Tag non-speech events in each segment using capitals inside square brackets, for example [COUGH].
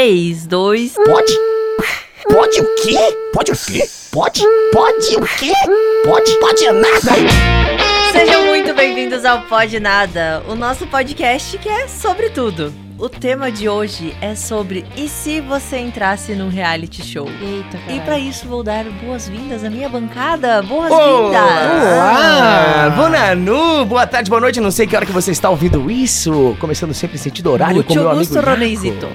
3, 2. Pode? Pode o quê? Pode o quê? Pode? Pode o quê? Pode? Pode é nada? Sejam muito bem-vindos ao Pode Nada, o nosso podcast que é sobre tudo. O tema de hoje é sobre e se você entrasse num reality show? Eita, E caralho. pra isso vou dar boas-vindas à minha bancada. Boas-vindas! Olá! Bonanu! Boa tarde, boa noite, não sei que hora que você está ouvindo isso. Começando sempre em sentido horário com Muito meu Augusto amigo Iago. Ronenzito.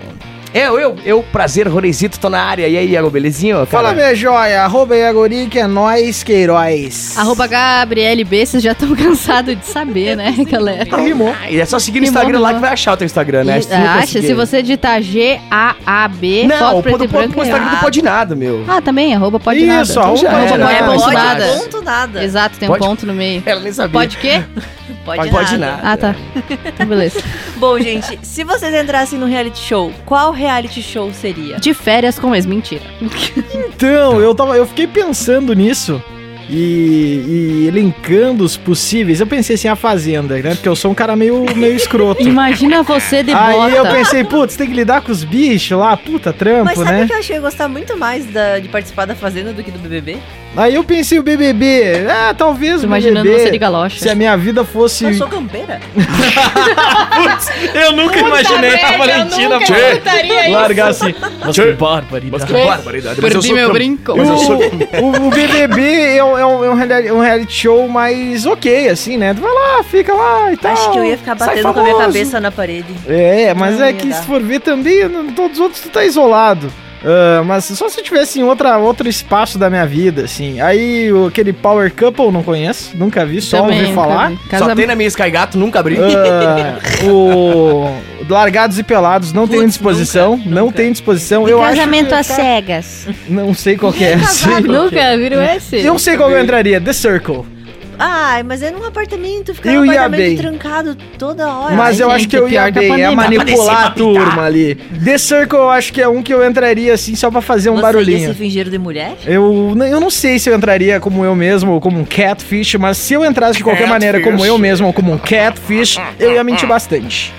Eu, eu, eu, prazer, Ronezito, tô na área. E aí, Iago, belezinho? cara? Fala, minha joia. Arroba Iagori, que é nóis, Queiroz. Arroba GabrielB, vocês já estão [LAUGHS] cansados de saber, né, galera? Rimou. E é só seguir no Rimou, Instagram lá rimou. que vai achar o teu Instagram, né? E, ah, acha, se você digitar G-A-A-B, Não, foto o preto e branco, do Instagram é não A. pode nada, meu. Ah, também, arroba pode Isso, nada. arroba já arroba era. pode, É, ponto pode nada. ponto nada. Exato, tem um Pode- ponto no meio. Ela nem sabia. Pode o quê? Pode, Pode nada. nada. Ah, tá. Então, beleza. Bom, gente, se vocês entrassem num reality show, qual reality show seria? De férias com ex, mentira. Então, eu, tava, eu fiquei pensando nisso e, e elencando os possíveis. Eu pensei assim, a Fazenda, né? Porque eu sou um cara meio, [LAUGHS] meio escroto. Imagina você de Aí eu bota. pensei, putz, tem que lidar com os bichos lá, puta Mas trampo, sabe né? que eu achei que eu ia gostar muito mais da- de participar da Fazenda do que do BBB? Aí eu pensei o BBB. Ah, talvez o Imaginando você de BBB. Se a galocha. minha vida fosse... Eu sou campeira? Eu nunca imaginei a Valentina Largar assim. Mas Tchê. que Mas barbaridade. que barbaridade. mas eu sou cam- brinco. Uh! Mas eu sou O, o BBB é um, é um- é um reali- um reality show mais ok, assim, né? Tu vai lá, fica lá e tal. Acho que eu ia ficar sai batendo com a minha famoso. cabeça na parede. É, mas Não é ia que dar. se for ver também, no- todos os outros tu tá isolado. Ah, mas só se eu tivesse em outra, outro espaço da minha vida, assim. Aí o- aquele Power Couple não conheço, nunca vi, só ouvi falar. Só tem na minha Sky Gato, nunca abri. Ah, o Largados e Pelados não tem Putz, disposição, nunca, não nunca. tem disposição. Eu acho casamento às cegas. Ah, não sei [LAUGHS] qual que é. sei. Nunca viram esse? Eu sei qual que eu entraria, The Circle. Ai, mas é num apartamento, ficar Eu num ia apartamento bem. trancado toda hora. Mas Ai, eu gente, acho que eu pior ia que a bem, pandemia. é manipular Pra a descer pra turma ali. The Circle eu acho que é um que eu entraria assim só pra fazer um Você ia barulhinho. se fingir de mulher? Eu, n- eu não sei se eu entraria como eu mesmo ou como um catfish, mas se eu entrasse de qualquer maneira como eu mesmo ou como um catfish, eu ia mentir bastante.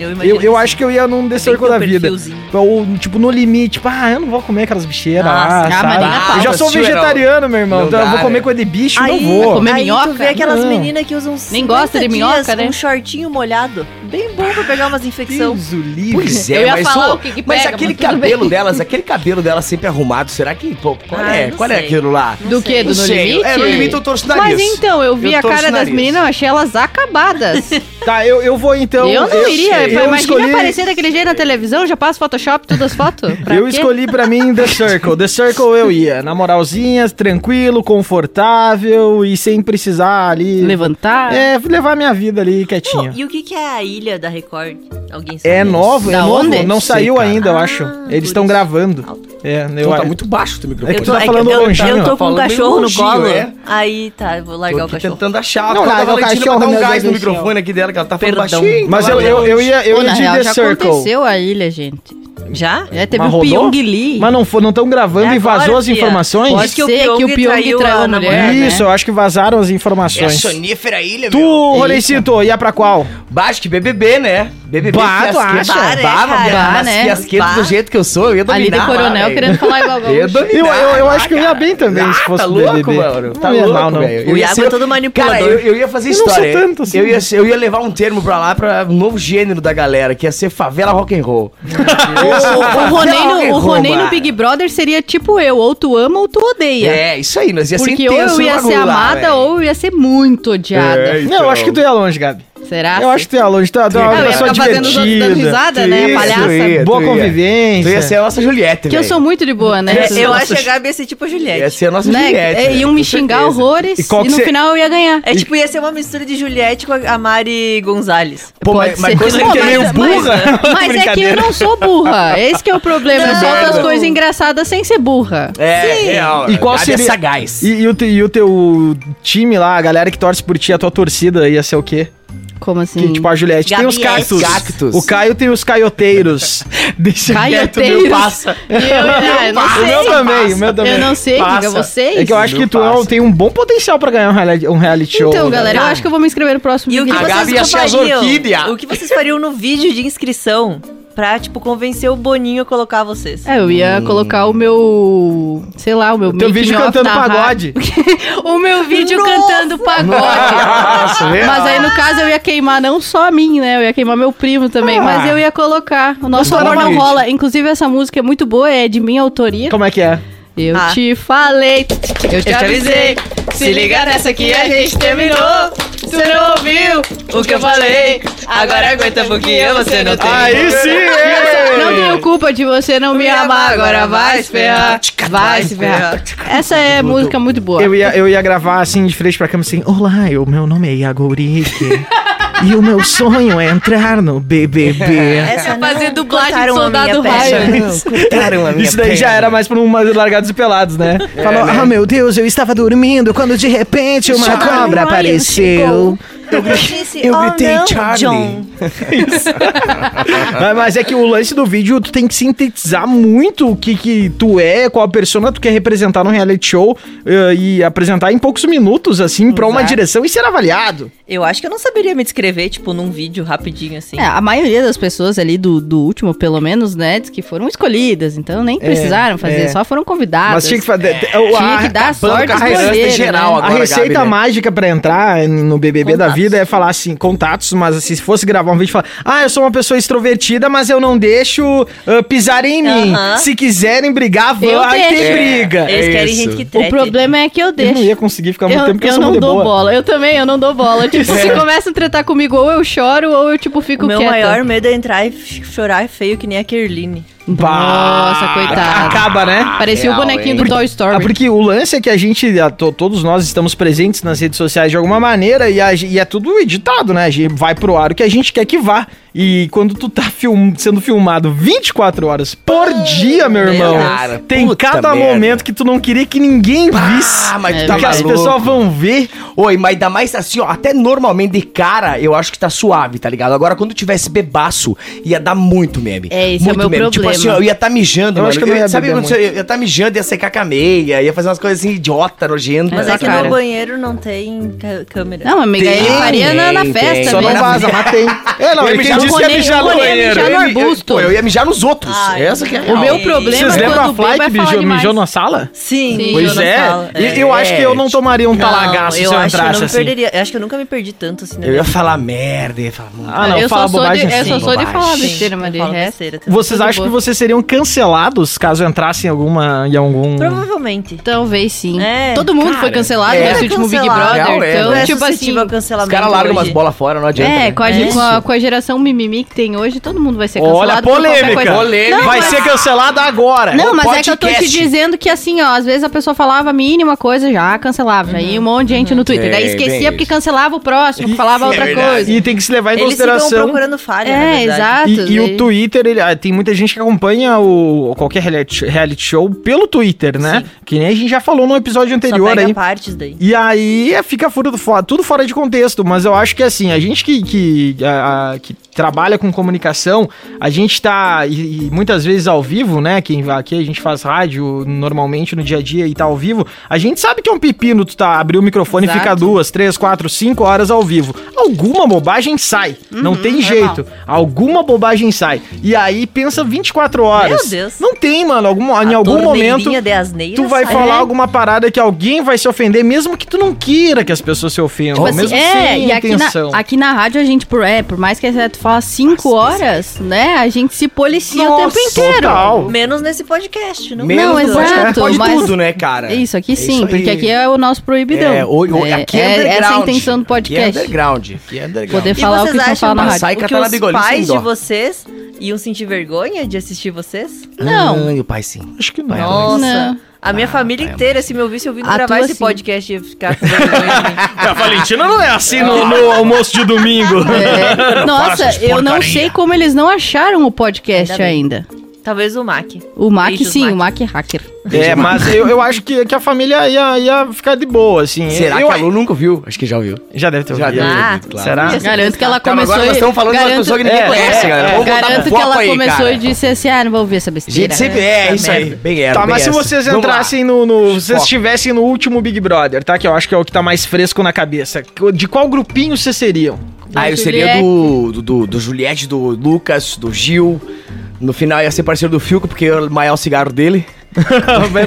Eu Eu, imagino. eu acho que eu ia num The tem Circle teu da vida. é perfilzinho. Ou, tipo, no limite, tipo, ah, eu não vou comer aquelas bicheiras Nossa, lá, a sabe? Marina Eu já Paula. sou vegetariano, meu irmão, Não então eu dá, né? vou comer velho. coisa de Ah. bicho, Aí, não vou. comer aí minhoca? tu vê aquelas Não. meninas que usam 50 gosta de dias minhoca, com né? um shortinho molhado. Bem bom pra pegar umas infecções. Deus o livre. Pois é, Eu ia mas, falar ô, o que que mas pega, aquele mas tudo cabelo bem. delas, aquele cabelo delas sempre arrumado, será que. pô, qual Ah, é? não Qual é sei. aquilo lá? Não Do sei. que? Do Não No sei. Limite? É, no limite eu torço o nariz. Mas então, eu vi Eu a torço cara o das nariz. meninas, eu achei [LAUGHS] elas acabadas. Tá, eu, eu vou então. eu não iria. eu Eu imagina escolhi- aparecer daquele jeito na televisão, já passo Photoshop, todas as [LAUGHS] fotos. Pra eu quê? escolhi pra mim The Circle. The Circle eu ia. Na moralzinha, tranquilo, confortável e sem precisar ali. Levantar. É, levar minha vida ali Pô, quietinha. E o que, que é a ilha da Record? Alguém sabe? É novo, é Da novo. onde? Não Sei, saiu cara. ainda, eu acho. Ah, por Eles estão isso. gravando. É, eu Então tá acho. muito baixo o teu microfone. É que Eu, tá é que falando eu, longinho, eu ó. tô com um Falando bem cachorro no longinho, colo. é. Aí tá, eu vou largar Tô o aqui cachorro. tentando achar. Não, Não, larga a o Valentina cachorro, pra dar um meu gás Deus no do céu. microfone aqui dela, que ela tá falando Perdão. baixinho. Mas tá eu, lá eu, eu longe. ia, eu Pô, ia na de real, The já Circle. aconteceu a ilha, gente. Já? É, teve Mas o rodou? Pyong Lee. Mas não estão não tão gravando É e vazou agora, as fia. informações? Pode que o Sei Pyong traiu a é, mulher, né? Isso, eu acho que vazaram as É a informações. sonífera ilha, tu, meu. Rolecito, ia pra qual? Baixo que BBB, né? BBB Bah, tu fiasquento. acha? Bah, Bah, né, cara? mas Bah, né? fiasquento Bah. do jeito que eu sou, eu ia dominar. Ali do lá, coronel velho. querendo [LAUGHS] falar igual Eu ia gaúcho. dominar Eu, eu, eu lá, acho que eu ia cara. bem também, Ah, se fosse tá do louco, BBB. mano. Tá Não ia louco, mal, não. velho. O Eu ia Iago ser- é todo Cara, manipulador. eu, eu ia fazer Eu não sou história. tanto assim, eu, ia, né? eu ia levar um termo pra lá, pra um novo gênero da galera, que ia ser favela rock and roll. O Ronei, no, o Ronei no Mano. Big Brother seria tipo eu, ou tu ama ou tu odeia. É, isso aí, nós ia ser Porque ou intenso eu ia no ser bagulho lá, amada velho. É, ou eu ia ser muito odiada. Não, eu acho que tu ia longe, Gabi. Será? Eu acho que tu ia longe, tu, tu é Eu uma ia pessoa ficar fazendo os outros dando divertida. risada, né, Isso, palhaça. ia, Boa tu ia. Tu convivência. ia ser a nossa Juliette, que eu velho. sou muito de boa, né? É, Vocês eu não- acho a Gabi esse tipo a Juliette. Ia ser a nossa né? Juliette. É, velho, iam com me xingar certeza. horrores E e, qual que no cê- final eu ia ganhar. É tipo, ia ser uma mistura de Juliette com a a Mari Gonzalez. Pô, Pode mas, mas ser. coisa Pô, que é mas- meio mas- burra. Mas é que eu não sou burra. Esse que é o problema. Eu Não. solto as coisas engraçadas sem ser burra. É, real. E qual Gabi é seria- sagaz. E, e o te- e o teu time lá, a galera que torce por ti, a tua torcida ia ser o quê? Como assim? Que, tipo, a Juliette tem os Gabi cactos. S. Hum. Cactos. O Caio tem [LAUGHS] os caioteiros. Deixa É, Caioteiros. quieto, meu passa. E eu, ah, eu não O meu sei. também, o meu também. Eu não sei, diga Passa. vocês. É que eu acho Meu que tu passa. não tem um bom potencial pra ganhar um reality, um reality show. Então, galera, eu Gabi. acho que eu vou me inscrever no próximo E o que A vídeo. Gabi ia vocês ser as fariam? orquídea. O que vocês fariam no vídeo de inscrição pra, tipo, convencer o Boninho a colocar vocês. É, eu ia colocar o meu. Sei lá, o meu. Teu making vídeo of cantando da rádio. pagode. O meu vídeo Nossa! cantando pagode. Nossa, né? Mas aí, no caso, eu ia queimar não só a mim, né? Eu ia queimar meu primo também. Ah. Mas eu ia colocar. O nosso Mas amor não claramente. rola. Inclusive, essa música é muito boa, é de minha autoria. Como é que é? Eu Ah. te falei, eu te avisei. Se liga nessa que a gente terminou. Você não ouviu o que eu falei. Agora aguenta um pouquinho, você não tem. Aí sim! é. ei! Não tenho culpa de você não me amar. Agora vai se ferrar. Vai se ferrar. Essa é música muito boa. Eu ia, eu ia gravar assim, de frente pra câmera, assim: Olá, o meu nome é Iago Urique. e o meu sonho é entrar no BBB. Essa não fazer dublagem de cortaram a Soldado minha Ryan. perna. Cortaram a minha Isso daí já perna. era mais pra um largados e pelados, né? Falou, ah, meu Deus, eu estava dormindo quando de repente uma Soldado cobra Ryan apareceu." Eu disse, Eu oh, gritei, não, Charlie." John. Ah, Mas é que o lance do vídeo, tu tem que sintetizar muito o que, que tu é, qual persona tu quer representar no reality show eh, e apresentar em poucos minutos, assim, pra uma Exato. direção e ser avaliado. Eu acho que eu não saberia me descrever, tipo, num vídeo rapidinho assim. É, a maioria das pessoas ali do, do último, pelo menos, né, diz que foram escolhidas, então nem precisaram fazer, é. só foram convidadas. Mas tinha que fazer. Ah, Tinha que dar acabando sorte com a pro receita olheiro, geral né? A agora, receita Gabi, né? mágica pra entrar no BBB da Contatos. vida é falar assim, contatos, mas assim, se fosse gravar um vídeo, falar: Ah, eu sou uma pessoa extrovertida, mas eu não deixo ah, pisarem em mim. Aham. Se quiserem brigar, Eu vai ter deixo. briga. Eles é querem isso. gente que O trete. problema é que eu Eu deixo. não ia conseguir ficar muito eu, tempo porque eu, eu sou não muito dou boa. É. bola. Eu também, eu não dou bola. Tipo, se começam a tretar comigo, ou eu choro, ou eu, tipo, O fico meu quieta. maior medo é entrar e f- chorar feio que nem a Kerline. Nossa, coitado. Acaba, né? Parecia Real, o bonequinho hein? do Toy Story. Ah, porque o lance é que a gente, a to- todos nós estamos presentes nas redes sociais de alguma maneira e, a ge- e é tudo editado, né? A gente vai pro ar o que a gente quer que vá. E quando tu tá film- sendo filmado 24 horas por dia, meu meu irmão, Deus. Cara, tem puta cada merda. momento que tu não queria que ninguém visse. Ah, mas É tu Tá tá que as maluco. pessoas vão ver. Oi, mas ainda mais assim, ó, até normalmente de cara, eu acho que tá suave, tá ligado? Agora, quando tivesse bebaço, ia dar muito meme. É, esse é muito o meu meme. Tipo problema. assim, ó, eu ia tá mijando, Eu mano. acho que eu não ia sabe beber quando você- eu ia tá mijando, ia secar com a meia, ia fazer umas coisas assim, idiota, tá nojenta. Mas Mas é, a que cara. no banheiro não tem ca- câmera. Não, amiga, ele Tem, faria na, na tem, festa Só não É mesmo. vaza, mas tem. É, não, [LAUGHS] Eu ia ele né? mijar disse no que ia banheiro, mijar no eu ia banheiro. mijar no eu, ia- arbusto. pô, eu ia mijar nos outros. Ai, Essa que é a o real. O meu problema Vocês é lembram quando a bebo Fly que é falar mijou, demais. mijou na sala? Sim, Sim. eu Pois não é. falo. E eu acho que eu não tomaria um Não, talagaço se eu eu acho que eu entrasse não assim. perderia. Eu acho que eu nunca me perdi tanto assim na Eu minha ia falar merda, ia falar... Ah, não, eu fala só sou de, bobagem eu assim. só sou de bobagem. falar vida. besteira, Sim, mas de eu falo resto. besteira também. Vocês Tudo acham bom. que vocês seriam cancelados caso entrassem em alguma em algum Provavelmente. Talvez sim. É, Todo mundo cara, foi cancelado é. nesse último Big Cancelado. Brother. Real, é, então, né? é tipo assim. suscetível ao cancelamento Os caras largam hoje. umas bolas fora, não adianta. É, né? com a, É com, a, com a geração mimimi que tem hoje, todo mundo vai ser cancelado. Olha a por qualquer polêmica. coisa. Não, Vai mas- ser cancelada agora. Não, o mas é que eu tô te um podcast. dizendo que assim, ó, às vezes a pessoa falava a mínima coisa, já cancelava. Aí um monte de gente no Twitter. Daí É, bem esquecia porque isso. cancelava o próximo, falava é outra verdade. coisa. E tem que se levar em Eles ficam consideração. procurando falha, na É, verdade. exato. E, e daí- o Twitter, ele- ah, tem muita gente que acompanha o, qualquer reality reality show pelo Twitter, né? Que nem a gente já falou no episódio Só anterior pega aí. partes daí. E aí é, fica fora do fo- tudo fora de contexto, mas eu acho que assim, a gente que, que, a- a- que trabalha com comunicação, a gente tá, e, e muitas vezes ao vivo, né, quem aqui a gente faz rádio normalmente no dia a dia e tá ao vivo, a gente sabe que é um pepino tu tá, abrir o microfone e Exato. ficar duas, três, quatro, cinco horas ao vivo. Alguma bobagem sai, não Uhum, tem jeito, alguma bobagem sai. E aí pensa 24 horas. Deus. Não tem, mano, algum, em A algum torneirinha momento... de asneira Tu vai sai. É. falar né? alguma parada que alguém vai se ofender, mesmo que tu não queira que as pessoas se ofendam. Tipo assim, mesmo é, sem e aqui na, intenção. aqui na rádio a gente, por, é, por mais que é, tu fala cinco horas, né? A gente se policia o tempo Nossa, inteiro. total. Menos nesse podcast, não? Menos Não, no podcast, exato, Pode mas- tudo, né, cara? É Isso, aqui sim, isso aí. porque aqui é o nosso proibidão. É, o, o, aqui é, underground. essa é a intenção do Aqui é podcast. underground. Aqui é underground. Poder E falar o vocês que não acham fala na que- Ah, rádio. É. Sai o que catando os bigolho, sem pais de dó. vocês iam sentir vergonha de assistir vocês? não. Ah, e o pai sim. Acho que não. Vai, Nossa. Não. A minha Ah, família é, inteira, se me ouvisse ouvindo A gravar tua, esse sim. podcast, ia ficar com vergonha de mim. [LAUGHS] É, A Valentina não é assim no, no almoço de domingo. É. [LAUGHS] Nossa, essas eu não porcaria. sei como eles não acharam o podcast Ainda ainda. Talvez o Mac. O Mac, Beijos, sim, Mac. o Mac é hacker. É, mas eu, eu acho que, que a família ia, ia ficar de boa, assim. Será eu, que a Lu nunca viu? Acho que já ouviu. Já deve ter Já ouvido. deu. Ah, será? Ia ser Garanto que ela Calma, começou. agora nós estamos falando de uma garanto- pessoa que ninguém é, conhece, é, galera. é. Vamos voltar pro Garanto que foco ela aí, começou né? cara. e disse assim: ah, não vou ouvir essa besteira. Gente, sempre é, Essa isso aí. merda. Bem era, Tá, bem mas se essa. vocês Vamos lá. entrassem no. no- se vocês Foco. estivessem [LAUGHS] no último Big Brother, tá? Que eu acho que é o que tá mais fresco na cabeça. De qual grupinho vocês seriam? Ah, eu seria do, do, do, do Juliette, do Lucas, do Gil. No final ia ser parceiro do Fiuk, porque eu ia maiar o cigarro dele.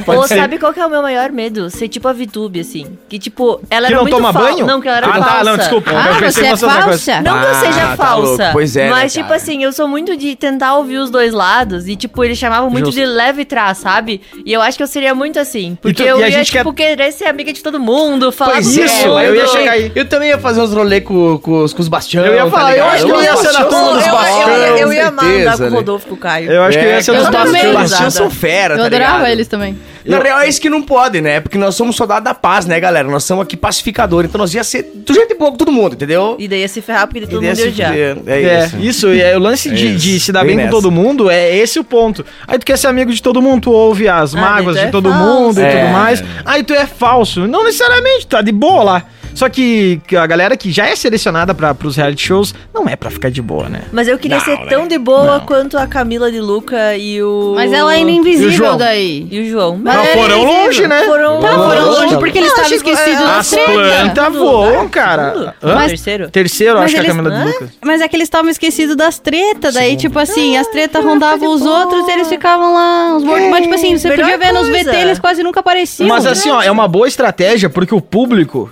Ou sabe qual que é o meu maior medo? Ser tipo a Vitube, assim. Que tipo, ela Que era não muito toma fal- banho? Não, que ela era Ah, tá, falsa. não, desculpa. Eu Ah, pensei você em é você outra coisa. falsa? Não que eu seja Ah, tá falsa, louco. Pois é, né, mas cara? tipo assim, eu sou muito de tentar ouvir os dois lados e tipo, eles chamavam muito Justo. de leve trás, sabe? E eu acho que eu seria muito assim, porque tu- eu e a ia gente tipo querer ser amiga de todo mundo, falar Pois com todo isso, mundo. eu ia chegar aí. Eu também ia fazer uns rolê com, com, os- com os Bastião. tá Eu ia falar, eu ligado? acho que eu ia ser na Bastião, turma dos eu, Bastião, eu, eu, ia amar andar certeza, com o né? Rodolfo e com o Caio. Eu acho que eu ia É, ser cara, dos os também. Bastião. Bastião. Bastião. Bastião são fera, Eu tá adorava ligado? eles também. Na real, é isso que não pode, né? Porque nós somos soldados da paz, né, galera? Nós somos aqui pacificadores. Então nós ia ser do jeito e pouco todo mundo, entendeu? E daí ia se ferrar porque todo E mundo desse ia odiar. fuder. É, É, isso. isso, e é o lance É de, isso. de se dar Bem bem, nessa. com todo mundo é esse o ponto. Aí tu quer ser amigo de todo mundo, tu ouve as Ah, mágoas daí tu de é todo falso. mundo e É. tudo mais. Aí tu é falso. Não necessariamente, tá de boa lá. Só que que a galera que já é selecionada para pros reality shows não é pra ficar de boa, né? Mas eu queria Não, ser né? tão de boa quanto a Camila de Luca e o. Mas ela ainda é E o João? invisível daí. E o João. Mas Mas é foram invisível. longe, né? Foram, Tá, foram longe porque eles Não, estavam chegou- esquecidos é, da As treta. plantas voam, cara. Hã? Hã? Terceiro? Terceiro, Mas acho que é a eles- Camila Hã? de Lucas. Mas é que eles estavam esquecidos das tretas. Daí, tipo assim, as tretas rondavam os outros e eles ficavam lá, os mortos. Mas, tipo assim, você melhor podia ver nos coisa. VT, eles quase nunca apareciam. Mas assim, ó, é uma boa estratégia porque o público,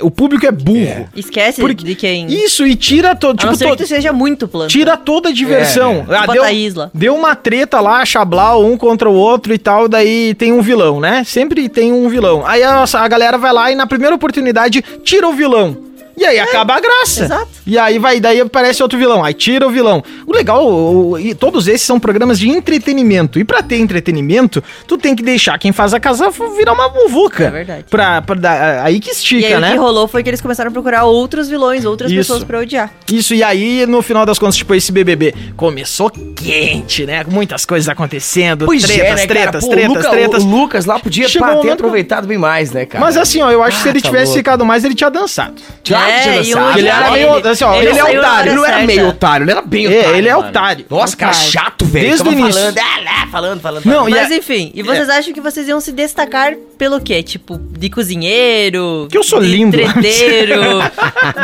o público é burro. Esquece Porque- de quem. Isso, e tira todo, a não tipo, ser to- que tu seja muito plano. tira toda a diversão. Ah, Tipo a deu, Thaísla. deu uma treta lá, chablau, um contra o outro e tal, daí tem um vilão, né? Sempre tem um vilão. Aí a, nossa- a galera vai lá e na primeira oportunidade tira o vilão. E aí acaba a graça. É, exato. E aí vai, daí aparece outro vilão, aí tira o vilão. O legal, o- o- e todos esses são programas de entretenimento. E pra ter entretenimento, tu tem que deixar quem faz a casa virar uma muvuca. É verdade. Pra, pra dar- aí que E estica, aí né? o que rolou foi que eles começaram a procurar outros vilões, outras Isso. pessoas pra odiar. Isso, e aí, no final das contas, tipo, esse BBB começou quente, né? Muitas coisas acontecendo, Pois tretas, é, né, cara? tretas, Pô, o tretas, Luca- tretas. O Lucas lá podia Chegou pá, um ter momento- aproveitado bem mais, né, cara? Mas assim, ó, eu acho que se ele Ah, tá tivesse louco. ficado mais, ele tinha dançado. Claro que tinha É, e o dançado. Ele era odiar meio- assim, ó, ele é saiu na otário, hora Ele não era certa. meio otário, ele era bem É, otário. ele é mano. otário. Nossa, cara, Otário. chato, velho. Desde o Ficava início. Falando, ah, lá, falando, falando. Não, e é- Mas a- enfim, e vocês acham que vocês iam se destacar pelo quê? Tipo, de cozinheiro? Que eu sou de lindo. [LAUGHS] Treteiro,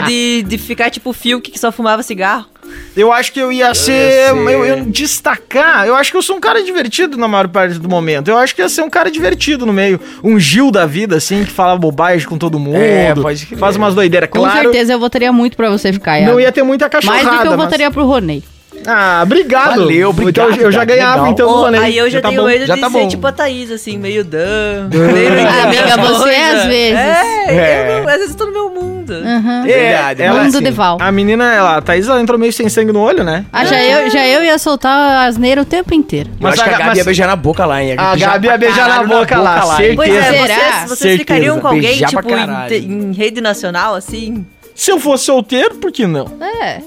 de, de ficar tipo Fiuk que só fumava cigarro? eu acho que eu ia ser. ser- Eu, eu destacar. Eu acho que eu sou um cara divertido na maior parte do momento. Eu acho que ia ser um cara divertido no meio. Um Gil da vida, assim, que fala bobagem com todo mundo. É, pode crer. Faz umas doideiras, Com claro. certeza eu votaria muito pra você ficar, Yara. Não ia ter muita Mais cachorrada. do que eu mas- votaria pro Roney. Ah, obrigado. Valeu, Então, obrigado, eu já cara, ganhava, legal. então, Ou- Vanessa. aí eu já, tá tenho bom. medo já de tá ser bom. tipo a Thaís, assim, meio dan. meio não entender Ah, Amiga, as você coisas. às vezes. Ah. É, É. Eu não, às vezes eu tô no meu mundo. Aham. É, Verdade, ela- Mundo Deval. assim, A menina, ela, a Thaís, ela entrou meio sem sangue no olho, né? Ah, já eu, já eu ia soltar asneira o tempo inteiro. Mas acho que a Gabi é ia beijar na boca lá, hein? A Gabi ia beijar na boca lá, hein? Pois certeza. é, Será? vocês, vocês Certeza. ficariam com alguém, Beijar pra tipo, em, caralho. te- em rede nacional, assim? Né? Se eu fosse solteiro, por que não? É.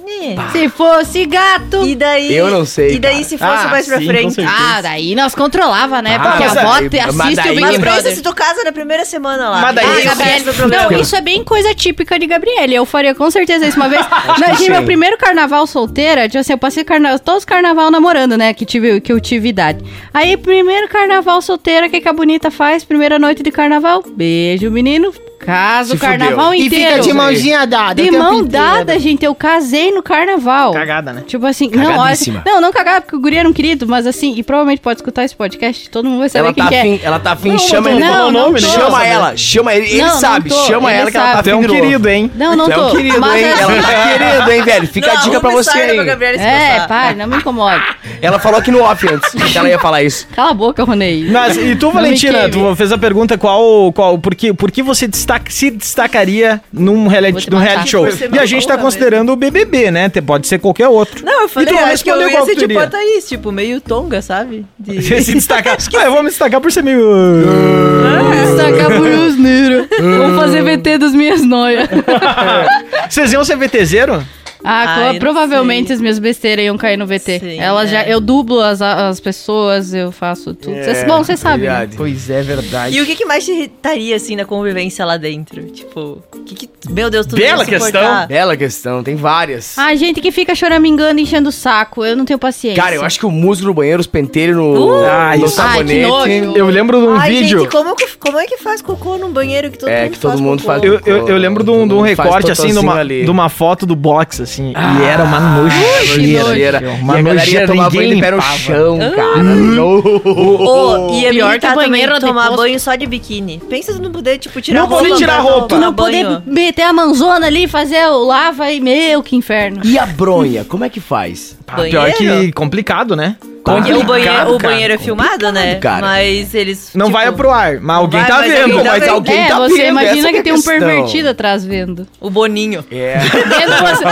Se fosse gato. E daí... Eu não sei, E daí, cara. se fosse Ah, mais pra sim, com frente... certeza. Ah, daí nós controlava, né? Ah, Porque mas a aí- vota mas assiste o daí- Big Mas Brother. pensa né? se tu casa na primeira semana lá. Mas daí- Ah, Ah, Esse Gabriele, Gabriele. Não, isso é bem coisa típica de Gabriele. Eu faria com certeza isso [LAUGHS] uma vez. que Imagina, meu sim. primeiro carnaval solteira, tipo assim, eu passei carna- todos os carnaval namorando, né? Que, tive, que eu tive idade. Aí, primeiro carnaval solteira, o que, que a bonita faz? Primeira noite de carnaval. Beijo, menino. Casa o Se fudeu. carnaval E inteiro. dada. De mão dada, gente, eu casei no carnaval. Cagada, né? Tipo assim, não, olha, assim, Cagadíssima. não, não cagada, porque o guri era um querido, mas assim, e provavelmente pode escutar esse podcast, todo mundo vai saber Ela quem tá que é. afim, ela tá afim, Não, chama mas ele. não, não nome, tô. chama ela, chama ele. Ele Não, não sabe, tô, chama ele ela que ela tá afim sabe. Até um de novo. querido, hein? Não, não Tu é um tô. querido, mas hein? assim- Ela tá querendo, hein, velho? Fica a dica pra você, hein? É, pai, não me incomoda. Ela falou aqui no off antes que ela ia falar isso. Cala a boca, Ronei. Mas, e tu, Não me Valentina, queime. tu fez a pergunta qual. qual por, que, por que você destaca- se destacaria num Vou reality, te num matar. reality show? Por ser E a gente tá maluca considerando o BBB, né? Te- Pode ser qualquer [LAUGHS] outro. Não, eu falei, E tu não acho que eu respondeu ia qual ser que tipo teria. a Thaís, tipo, meio tonga, sabe? De- Você [LAUGHS] se destacar. Ah, eu vou me destacar por ser meio. [LAUGHS] Saca por os Vou fazer VT das minhas noias. É. Vocês iam ser VTZero? Ah, co- Ai, não provavelmente sei. as minhas besteiras iam cair no VT. Sim, Elas já, é. eu dublo as, as pessoas, eu faço tudo. Cês- bom, vocês sabem. né? É, verdade. Pois é, verdade. E o que, que mais te irritaria, assim, na convivência lá dentro? Tipo, o que que- Meu Deus, tu não Bela ia suportar? questão. Bela questão, tem várias. Ah, gente que fica choramingando, enchendo o saco. Eu não tenho paciência. Cara, eu acho que o musgo no banheiro, os penteiros no, Uh! no Ah, isso- sabonete. Ai, que nojo. Eu lembro de um Ai, vídeo. gente, como, que- como é que faz cocô num banheiro que todo É, mundo que todo faz mundo cocô? faz- Eu, eu, eu lembro de um, de um Faz recorte, assim, de uma, totozinho ali. de uma foto do box, assim. Ah, e era uma nojeira. nojo. Nojeira. Uma e a galera ia nojeira, tomar banho de ninguém pé no limpava. Hum. chão, cara. No. Ô, e é Pior pior que tá também banheiro tomar depois- banho só de biquíni. Pensa tu não poder, tipo, tirar Não roupa. poder tirar pra roupa. tomar Tu não poder banho. meter a manzona ali, fazer o lava e meu, que inferno. E a bronha, como é que faz? Ah, pior que complicado, né? Porque o Complicado, banheiro, o cara. banheiro é filmado, né? cara. Mas eles. Não tipo, vai pro ar, mas alguém vai, tá mas vendo. alguém tá Mas vendo. alguém é, tá você vendo. imagina essa que, que é a tem um questão. pervertido atrás vendo. O Boninho. É. Vendo você,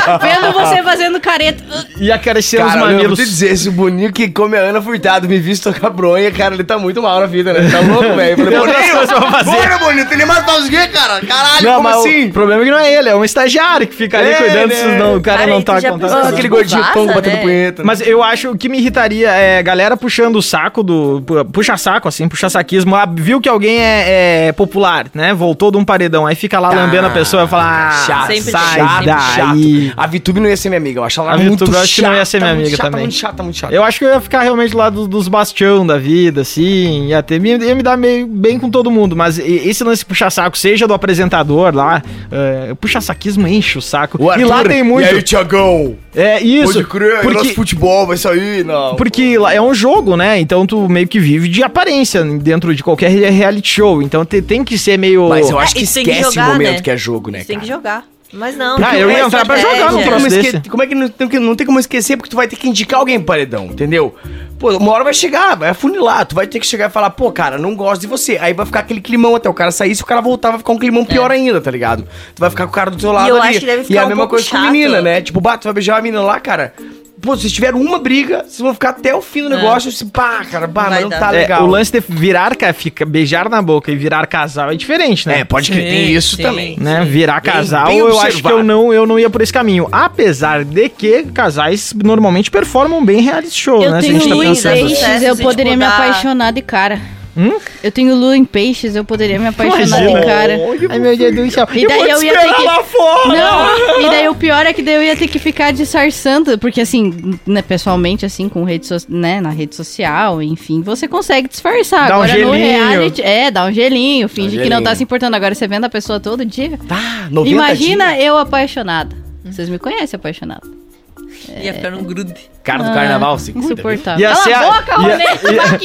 vendo você fazendo careta. E acrescer os Cara, eu vou mamilos. te dizer, se o Boninho que come a Ana Furtado me visse tocar bronha, cara, ele tá muito mal na vida, né? Tá louco, velho? Eu falei, Eu não sei Boninho, o que eu vou fazer. bora, Boninho, tu nem matar os gays, cara? Caralho, Não, como mas o- assim? o problema é que não é ele, é um estagiário que fica ali É, cuidando né? se não, o cara, Cara, não e tu tá já contando. pensou- Ah, aquele gordinho Vaza, pão batendo né? punheta. Mas eu acho o que me irritaria é galera puxando o saco do. pu- Puxa saco, assim, puxa saquismo. Ah, viu que alguém é, é popular, né? Voltou de um paredão. Aí fica lá lambendo a pessoa e fala. Ah, chato, sempre sai chato, daí. A Vitube não ia ser minha amiga, eu acho ela A muito Vitube eu chata. acho que não ia ser minha muito amiga chata, também. Muito chata, muito chata. Eu acho que eu ia ficar realmente lá do- dos bastião da vida, assim. Ia, ter, ia, ia me dar meio bem com todo mundo. Mas e- esse lance de puxar saco, seja do apresentador lá, é, puxar saquismo enche o saco. O e lá Arthur, tem muito. E aí, Tiagão? é isso. Pode crer, porque... nosso futebol vai sair, não. Porque lá é um jogo, né? Então tu meio que vive de aparência dentro de qualquer re- reality show. Então te- tem que ser meio. Mas eu É, acho que e tem que esquece jogar, o momento né? que é jogo, né, Você tem cara? que jogar. Mas não. é né? Ah, eu ia entrar pra no jogar no Não tem como próximo. esque- desse. Como é que não tem, que- não tem como esquecer? Porque tu vai ter que indicar alguém pro paredão, entendeu? Pô, uma hora vai chegar, vai afunilar. Tu vai ter que chegar e falar, pô, cara, não gosto de você. Aí vai ficar aquele climão até o cara sair. Se o cara voltar, vai ficar um climão pior ainda, tá ligado? Tu vai ficar com o cara do teu lado É. eu ali. acho que deve e é ficar a um mesma pouco coisa com chato. menina, né? Tipo, bah, tu vai beijar uma menina lá, cara. Pô, vocês tiveram uma briga, vocês vão ficar até o fim do negócio. Assim, pá, cara, bah, É. Vai mas não dar. tá É, legal. o lance de virar, ca- fica, beijar na boca e virar casal é diferente, né? É, pode que Sim, tem isso sim. também. né, virar Bem- casal, bem eu acho que observado. eu não, eu não ia por esse caminho. Apesar de que casais normalmente performam bem em reality show, Eu né? tenho tá lua em pensando. peixes, eu Se poderia me tipo, dá- apaixonar de cara. Hum? Eu tenho lua em peixes, eu poderia me apaixonar Imagina. de cara. Ai, meu Deus do céu. E daí eu ia ter que- fora! Não, e daí o pior é que daí eu ia ter que ficar disfarçando, porque assim, né, pessoalmente, assim, com rede so- né, na rede social, enfim, você consegue disfarçar. Dá um Agora no gelinho. reality, é, dá um gelinho, finge que não gelinho. tá se importando. Agora você vendo a pessoa todo dia. Tá, 90 Imagina eu apaixonada. Vocês me conhecem apaixonada. Ia ficar num grude. Cara do Ah, carnaval, se cuida. viu? Insuportável. Ia ser Cala a- a boca, tá ia- Ronê! ia-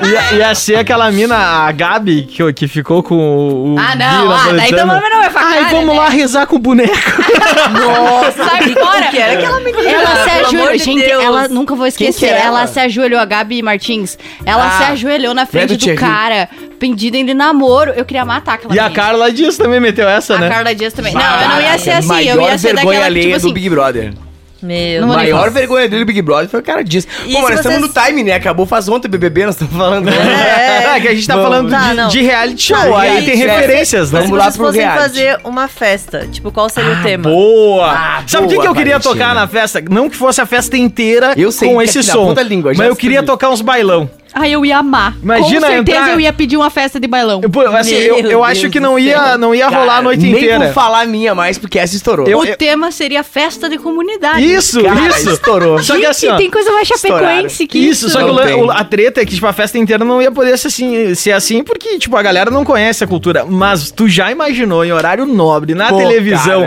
Ia, ia ser aquela mina, a Gabi, que, que ficou com o. o Ah, Gui não, na né? ah, daí Santana. também não é facada. Ai, né? vamos lá rezar com o boneco. Nossa, Sai fora! que era aquela menina? Ela se Pelo amor ajoelhou, de gente, Deus. ela nunca vou que esquecer. é Ela? ela? se ajoelhou, a Gabi Martins. Ela Ah, se ajoelhou não na é frente do do, Thierry. cara, pedindo ele namoro. Eu queria matar aquela E a menina. Carla Dias também meteu essa, A né? Carla Dias também. não, eu não ia ser assim, Maior eu ia vergonha ser daquela que, alheia tipo assim. do Big Brother. Meu Não vou nem maior falar. vergonha dele do Big Brother foi o cara disso. Pô, E mano, se nós estamos vocês- no time, né? Acabou faz ontem BBB, nós estamos [LAUGHS] falando. É. [LAUGHS] É que a gente tá Vamos. falando Tá, de, não. de reality show, Tá, aí reality tem show. referências, né? Se Vamos lá vocês pro fossem reality. fazer uma festa, tipo, qual seria o tema? Boa! Ah, Sabe o que, boa, que eu queria Valentina. tocar na festa? Não que fosse a festa inteira Eu sei, com que esse aqui na som. ponta da língua, já mas eu sei. queria tocar uns bailão. Ai, eu ia amar. Imagina Com certeza entrar- eu ia pedir uma festa de bailão. Eu, pô, assim, Meu eu, eu Deus acho que do não ia, céu. não ia rolar a noite nem inteira. vou falar a minha mais, porque essa estourou. Eu- o tema seria festa de comunidade. Isso, Cara, isso. estourou. Só que assim, ó, tem coisa mais chapecoense estouraram. que isso, isso. só que Não o lan- tem. o- a treta é que, tipo, a festa inteira não ia poder ser assim, ser assim, porque, tipo, a galera não conhece a cultura. Mas tu já imaginou em horário nobre, na Pô, televisão,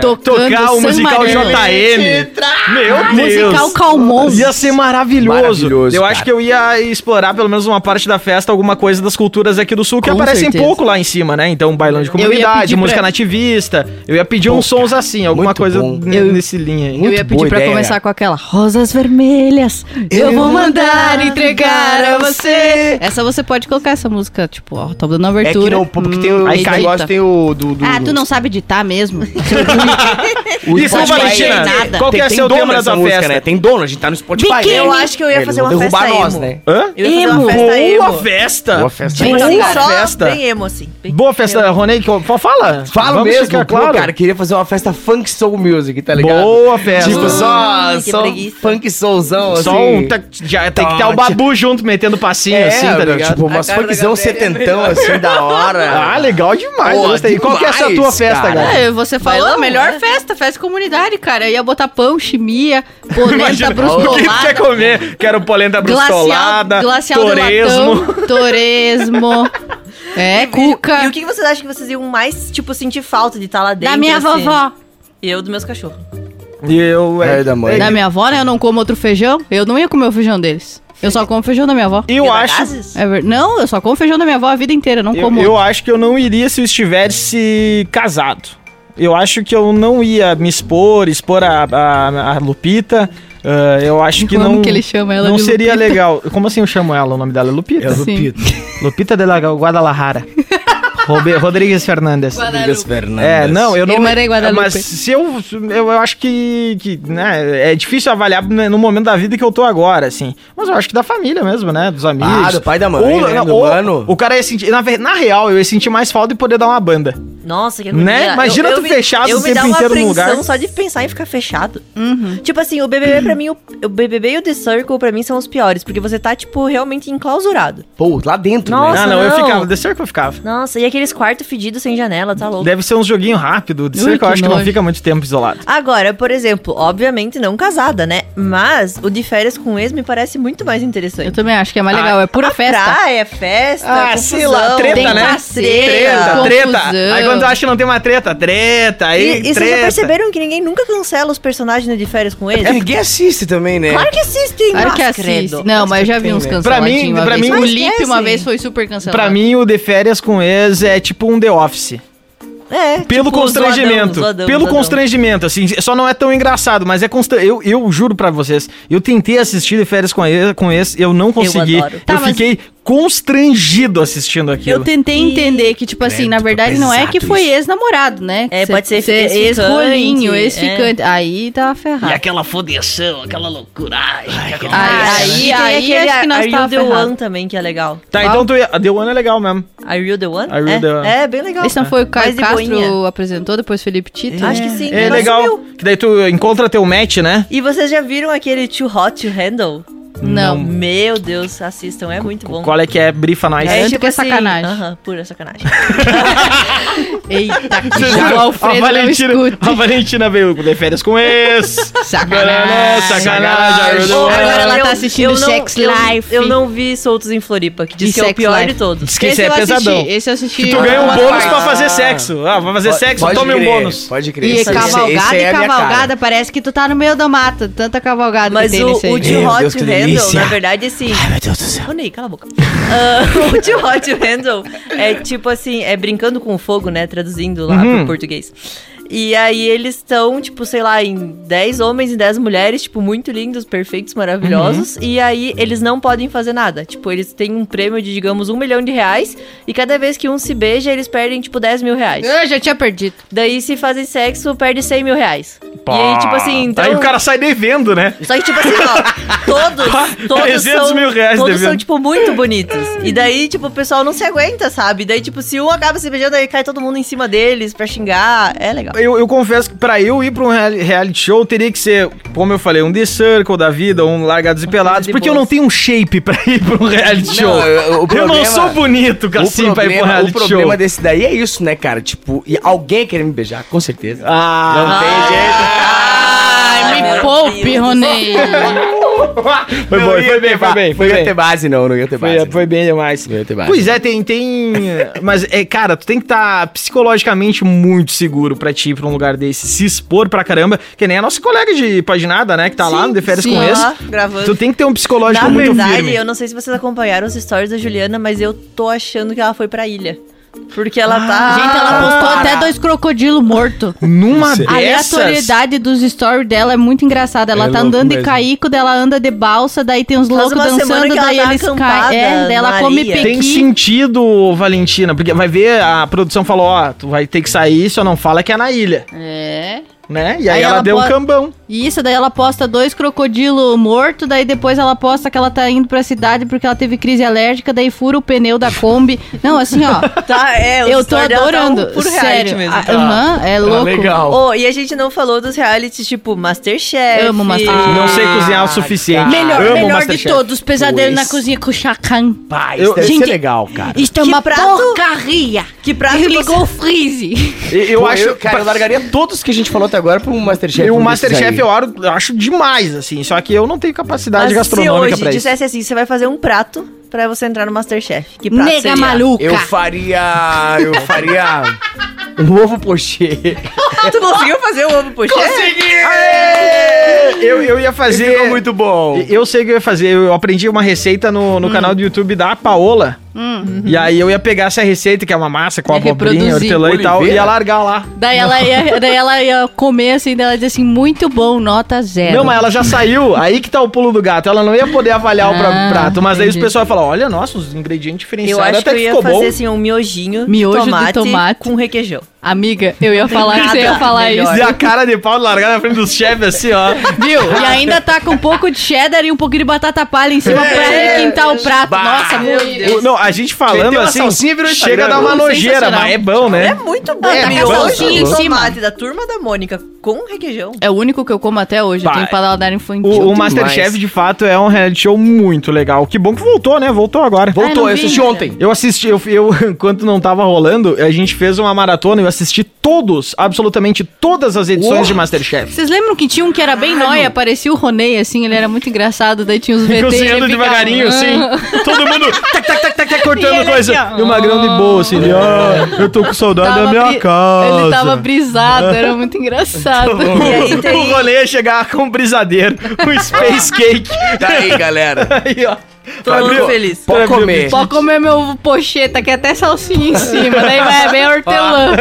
cara. Tocando tocar o San musical Marino. JM? Meu Deus! Musical Calmon. Ia ser maravilhoso. Maravilhoso, eu cara. acho que eu ia explorar pelo menos uma parte da festa, alguma coisa das culturas aqui do sul que Com aparecem certeza. pouco lá em cima, né? Então, bailão de Eu ia comunidade, pedir música pra- nativista. Eu ia pedir uns sons assim, alguma muito coisa bom. n- nesse linha aí. eu ia pedir pra começar com aquela Rosas Vermelhas, eu, vou mandar entregar a você. Essa você pode colocar essa música, tipo, ó, tô dando É abertura. que não, porque tem o. Hum, Esse edita. negócio tem o. Do, do- Ah, tu do- não sabe editar mesmo? o Isso, Spotify. Valentina, nada. qual que Tem- é tem seu dono tema da essa tua música, festa? né? Tem dono, a gente tá no Spotify. Biquíni. né? Eu acho que eu ia Eles fazer vão uma festa derrubar emo. nós, né? Hã? Eu ia fazer uma Emo. festa Boa emo. festa! Boa festa. Tipo Boa assim, festa! só bem emo, assim. Bem Boa festa, emo. Ronei, que- fa- fala. Falo Vamos mesmo, ficar pô, cara, queria fazer uma festa funk soul music, tá ligado? Boa festa. Tipo, só, Ui, que só preguiça. funk soulzão, assim. Só um. tá- já tem que ter o babu junto metendo passinho É, assim, tá ligado? Tipo, umas A cara da funkzão Gabriela é setentão, assim, da hora. [LAUGHS] ah, legal demais. Pô, gostei. Qual que é essa tua demais, festa, cara. cara? [LAUGHS] É, você falou, lá, melhor né? festa, festa de comunidade, cara. Eu ia botar pão, chimia, É, [LAUGHS] polenta, o que tu [LAUGHS] quer brustolada, comer? Quero polenta glacial, brustolada, glacial de toresmo. latão, toresmo, é, E cuca, o que vocês acham que vocês iam mais, tipo, sentir falta de estar lá dentro? da minha assim? vovó. E eu dos meus cachorros. E eu, É, da mãe. Da minha avó, né? Eu não como outro feijão. Eu não ia comer o feijão deles. Eu só como feijão da minha avó. Eu acho. Gases? É ver- Não, eu só como feijão da minha avó a vida inteira, eu não Eu, como. eu acho que eu não iria se eu estivesse casado. Eu acho que eu não ia me expor, expor a, a- a Lupita. Ah, eu acho que Eu amo não. que ele chama ela não de seria Lupita. legal. Como assim eu chamo ela? O nome dela é Lupita. Sim. Lupita. Lupita de la Guadalajara. Robe- Rodrigues Fernandes. Rodrigues Fernandes. É, não, eu não. Irmã de Guadalupe. Mas se eu, eu. eu acho que. que, né, é difícil avaliar né, no momento da vida que eu tô agora, assim. Mas eu acho que da família mesmo, né? Dos amigos. Ah, do pai e da mãe, Ou- né, do ou- mano. O cara ia sentir. Na, ver- na real, eu ia sentir mais falta de poder dar uma banda. Nossa, que Né? agonia. Imagina tu me- fechado eu o me tempo dá uma inteiro num apreensão lugar. Só de pensar em ficar fechado. Uhum. Tipo assim, o BBB pra mim, o, o BBB e o The Circle pra mim são os piores, porque você tá, tipo, realmente enclausurado. Pô, lá dentro, Nossa. né? ah, não, eu não. ficava. The Circle eu ficava. Nossa, e aqueles quartos fedidos sem janela, tá louco? Deve ser uns joguinhos rápidos. The Ui, Circle eu que acho que não nojo. fica muito tempo isolado. Agora, por exemplo, obviamente não casada, né? Mas o de férias com ex me parece muito mais interessante. Eu também acho que é mais legal, é pura festa. Praia, festa, Ah, confusão, sei lá, treta, tem né? passeio. Treta, Confusão. treta. Aí quando tu acha que não tem uma treta, treta. Aí, E, e vocês treta. já perceberam que ninguém nunca cancela os personagens no de férias com ex? É, ninguém assiste também, né? Claro que assistem, Claro mas que assiste. credo. Não, mas eu já vi tem, uns né? canceladinhos. Pra mim- uma pra vez. mim- o Mas Lipe esquece. uma vez foi super cancelado. Pra mim, o de férias com ex é tipo um The Office. É, Pelo tipo, constrangimento. zoadão, zoadão, pelo zoadão. constrangimento, assim. Só não é tão engraçado, mas é constrangimento. Eu, eu juro pra vocês, eu tentei assistir de férias com esse, com esse eu não consegui. Eu, adoro. Tá, mas- fiquei constrangido assistindo Eu aquilo. tentei entender que, tipo assim, na Credo, verdade não é que pesado foi isso. ex-namorado, né? É, Cê- pode ser cê- ex-ficante, Ex-rolinho, ex-ficante. é. Aí tá ferrado. aquela fodeção, aquela loucura. Ai, Aí- que E né? aí- tem aí aquele acho que nós Are You tava The ferrado. One também, que é legal. Tá, então tu ia. A The One é legal mesmo. Are You The One? Are You é. The One. É, bem legal. Esse não foi o Caio Mais de boinha. Castro apresentou, depois Felipe Tito. Acho que sim. É mas legal. sumiu. Que daí tu encontra teu match, né? E vocês já viram aquele Too Hot to Handle? Não. Meu Deus, assistam, é muito bom. Qual é que é brifa nós? É. que sacanagem. Aham, pura sacanagem. Eita, que já o Alfredo não escuta. a Valentina veio de férias [LAUGHS] com ex. Sacanagem. Sacanagem. Ô, Agora ela eu- tá assistindo eu não- Sex eu- Life. Eu, não vi Soltos em Floripa, que diz E que é o Sex pior Life. de todos. que esse é eu assisti, pesadão. Esse eu assisti. Que tu ganha um uma bônus parte. pra fazer sexo. Ah, vai fazer sexo? Pode Tome um crer, bônus. Pode crer. E Esse- esse- cavalgada esse aí é e a minha cavalgada, parece que tu tá no meio da mata. Tanta cavalgada Mas que tem o, o nesse aí. Too Meu Hot Deus, que to Handle, delícia. na verdade, assim... Ai, meu Deus do céu. Ô, Ney, cala a boca. Ah, [LAUGHS] o Too Hot to Handle é tipo assim, é brincando com o fogo, né? Traduzindo lá Uhum. pro português. E aí eles estão, tipo, sei lá, em 10 homens e 10 mulheres, tipo, muito lindos, perfeitos, maravilhosos. Uhum. E aí eles não podem fazer nada. Tipo, eles têm um prêmio de, digamos, um milhão de reais. E cada vez que um se beija, eles perdem, tipo, 10 mil reais. É. Eu já tinha perdido. Daí, se fazem sexo, perde 100 mil reais. Pá. tá E aí, tipo assim, então... Aí o cara sai devendo, né? Só que, tipo assim, [LAUGHS] ó, todos, todos 300 são, mil reais todos devendo. são, tipo, muito bonitos. E daí, tipo, o pessoal não se aguenta, sabe? Daí, tipo, se um acaba se beijando, aí cai todo mundo em cima deles pra xingar. É legal. Eu, eu confesso que pra eu ir pra um reali- reality show teria que ser, como eu falei, um The Circle da vida, um Largados e Pelados, de porque eu boas. não tenho um shape pra [LAUGHS] ir pra um reality show. eu- eu- o eu não problema- sou bonito, O assim, pra ir pra um problema, reality o problema show. desse daí é isso, né, cara? Tipo, e alguém querendo me beijar, com certeza. Ah, Não tem Ai, me poupe, Ronei. foi bom, Não ia foi ter bem, foi ba- bem, foi Não bem. ia ter base, não. Não ia ter base. Foi, foi bem demais. Não ia ter base. Pois é, tem. tem mas, é, cara, tu tem que estar psicologicamente muito seguro pra ti ir pra um lugar desse. Se expor pra caramba, que nem a nossa colega de paginada, né? Que tá lá no The Férias sim, com esse. Aham, gravando. Tu tem que ter um psicológico Na muito verdade, firme. eu não sei se vocês acompanharam os stories da Juliana, mas eu tô achando que ela foi pra ilha. Porque ela tá. Ah, Gente, ela postou até dois crocodilos mortos. Numa A dessas... aleatoriedade dos stories dela é muito engraçada. Ela É tá louco andando de mesmo. caico, daí ela anda de balsa, daí tem uns Faz loucos uma semana dançando, que ela daí tá eles acampada caem. É, daí na ela come areia. pequi. Tem sentido, Valentina, porque vai ver, a produção falou, ó, tu vai ter que sair, só não fala que é na ilha. É. né? E aí, Aí ela, ela deu um pode- cambão. E isso, daí ela posta dois crocodilo morto, daí depois ela posta que ela tá indo pra cidade porque ela teve crise alérgica, daí fura o pneu da Kombi. Não, assim, ó, Tá, [LAUGHS] é, eu os tô stories dela tá um adorando. por reality sério. mesmo. tá? A- Aham, é Tá louco. Tá legal. Oh, e a gente não falou dos realities tipo Masterchef. Amo Masterchef. não sei Ah, cozinhar o suficiente. Melhor, Amo melhor de Masterchef. todos, pesadelo na Pois. cozinha com o Chacan. Pai, Eu- isso deve Gente, ser legal, cara. Isto é Que uma prato- porcaria. Que prato Ele você- ligou o freeze. Eu, eu Pô, acho. eu, cara, eu largaria todos que a gente falou até agora pro Masterchef. o um Masterchef desses eu aro- eu acho demais, assim. Só que eu não tenho capacidade Mas se gastronômica hoje pra isso. dissesse assim, você vai fazer um prato pra você entrar no Masterchef. Que prato Nega seria? maluca. aí. Eu faria. Eu faria. [LAUGHS] um ovo pochê. Ah, Tu conseguiu fazer o ovo pochê? Aê! Eu, eu ia fazer. Ficou muito bom. E- Eu sei o que eu ia fazer. Eu aprendi uma receita no, no canal do YouTube da Paola. E aí eu ia pegar essa receita, que é uma massa com Ia abobrinha, reproduzir. hortelã e tal, e Oliveira. ia largar lá. Daí ela, ia, daí ela ia comer assim, daí ela dizia assim, muito bom, nota zero. Não, mas ela já saiu. Aí que tá o pulo do gato. Ela não ia poder avaliar o pra- Ah, prato. Mas aí os entendi. pessoal ia falar: olha, nossa, os ingredientes diferenciados Eu acho que até eu ia ficou fazer bom. assim um miojinho, Miojo de tomate, tomate. com requeijão. Amiga, eu ia falar que você ia Nada falar melhor. isso. E a cara de pau de largar na frente dos chefes, assim, ó. Viu? E ainda tá com um pouco de cheddar e um pouquinho de batata palha em cima pra requintar o prato. Bah. Ah, Nossa, Meu muito. Eu- não, a gente falando Meteu uma assim, salsinha e virou chega a Instagram. dar uma Hum, nojeira, sensacional. mas é bom, É né? muito bom. Ah, tá miojo com a de salsinha em cima. tomate da turma da Mônica com requeijão. É o único que eu como até hoje. Bah. Eu tenho paladar infantil. O, o Demais. Masterchef, de fato, é um reality show muito legal. Que bom que voltou, né? Voltou agora. Voltou, Voltou, Ah, eu eu não vi assisti assisti ainda. ontem. Eu assisti, eu, eu [LAUGHS] enquanto não tava rolando, a gente fez uma maratona, eu assisti todos, absolutamente todas as edições Uou. de Masterchef. Vocês lembram que tinha um que era bem nóia, parecia o Roney, assim, ele era muito engraçado, daí [LAUGHS] tinha os VT. ele ficava- Cozinhando "Ah, devagarinho, assim. Todo mundo tac, tac, tac, tac, tac, cortando coisa. ó. e o magrão de boa, assim, ele, ah, eu tô com saudade Tava da minha bri- casa. Ele [LAUGHS] tava brisado, era muito engraçado. E aí tem- O rolê ia chegar com um brisadeiro, um space cake. Tá aí, galera. Aí, ó. Tô Abriu- muito feliz. [LAUGHS] Pode Abriu- comer. Pode comer meu pocheta, que é até salsinha em cima, daí vai é bem hortelã.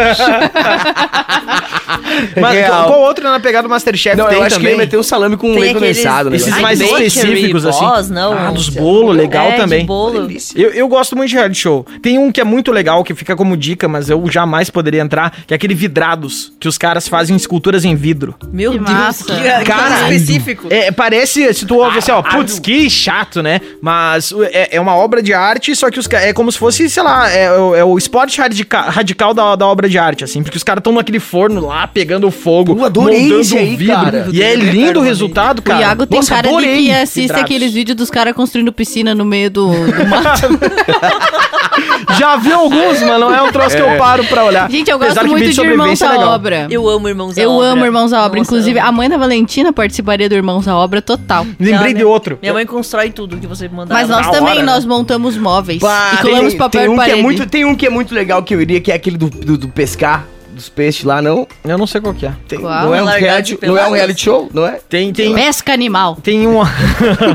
Mas Real. qual, qual outro na pegada do Masterchef Não, tem eu acho que também? ele meteu um salame com Tem leite aqueles- condensado. né? Esses Ai, mais bakery, específicos, assim. boss, não. Ah, dos bolos, legal É, de também. bolo. Eu, eu gosto muito de reality show. Tem um que é muito legal, que fica como dica, mas eu jamais poderia entrar, que é aquele vidrados, que os caras fazem esculturas em vidro. Meu Que Deus, massa. que- que Caralho. específico. É, parece, se tu ouve assim, Ah, ó, putz, que chato, né? Mas u- é, é uma obra de arte, só que os ca- é como se fosse, sei lá, é, o- é o esporte radica- radical da, da obra de arte, assim, porque os caras estão naquele forno lá, pegando fogo, Eu adorei esse aí, cara. E é lindo o resultado, O cara. Iago tem Nossa, cara de adorei que assiste vidrados. aqueles vídeos dos caras construindo piscina no meio do, do mato. Já vi alguns, mas não é um troço que eu paro pra olhar. Gente, eu gosto Apesar que muito vídeo de Irmãos sobrevivência é à legal. Obra. Eu, Eu amo Irmãos à Obra. amo Irmãos à Obra. Nossa, Inclusive, eu a amo. mãe da Valentina participaria do Irmãos à Obra total. Ela, Lembrei né? minha- de outro. Minha mãe constrói tudo que você mandar. Mas nós da também, hora, né? nós montamos móveis. Bah, e colamos papel tem de um que parede. é muito Tem um que é muito legal que eu iria, que é aquele do, do, do pescar, dos peixes lá, não? Eu não sei qual que é. Tem- Qual? Não, é um Largados reality, e não é um Pelados? reality show, não é? Tem, tem, Pesca [LAUGHS] animal. tem um... [LAUGHS]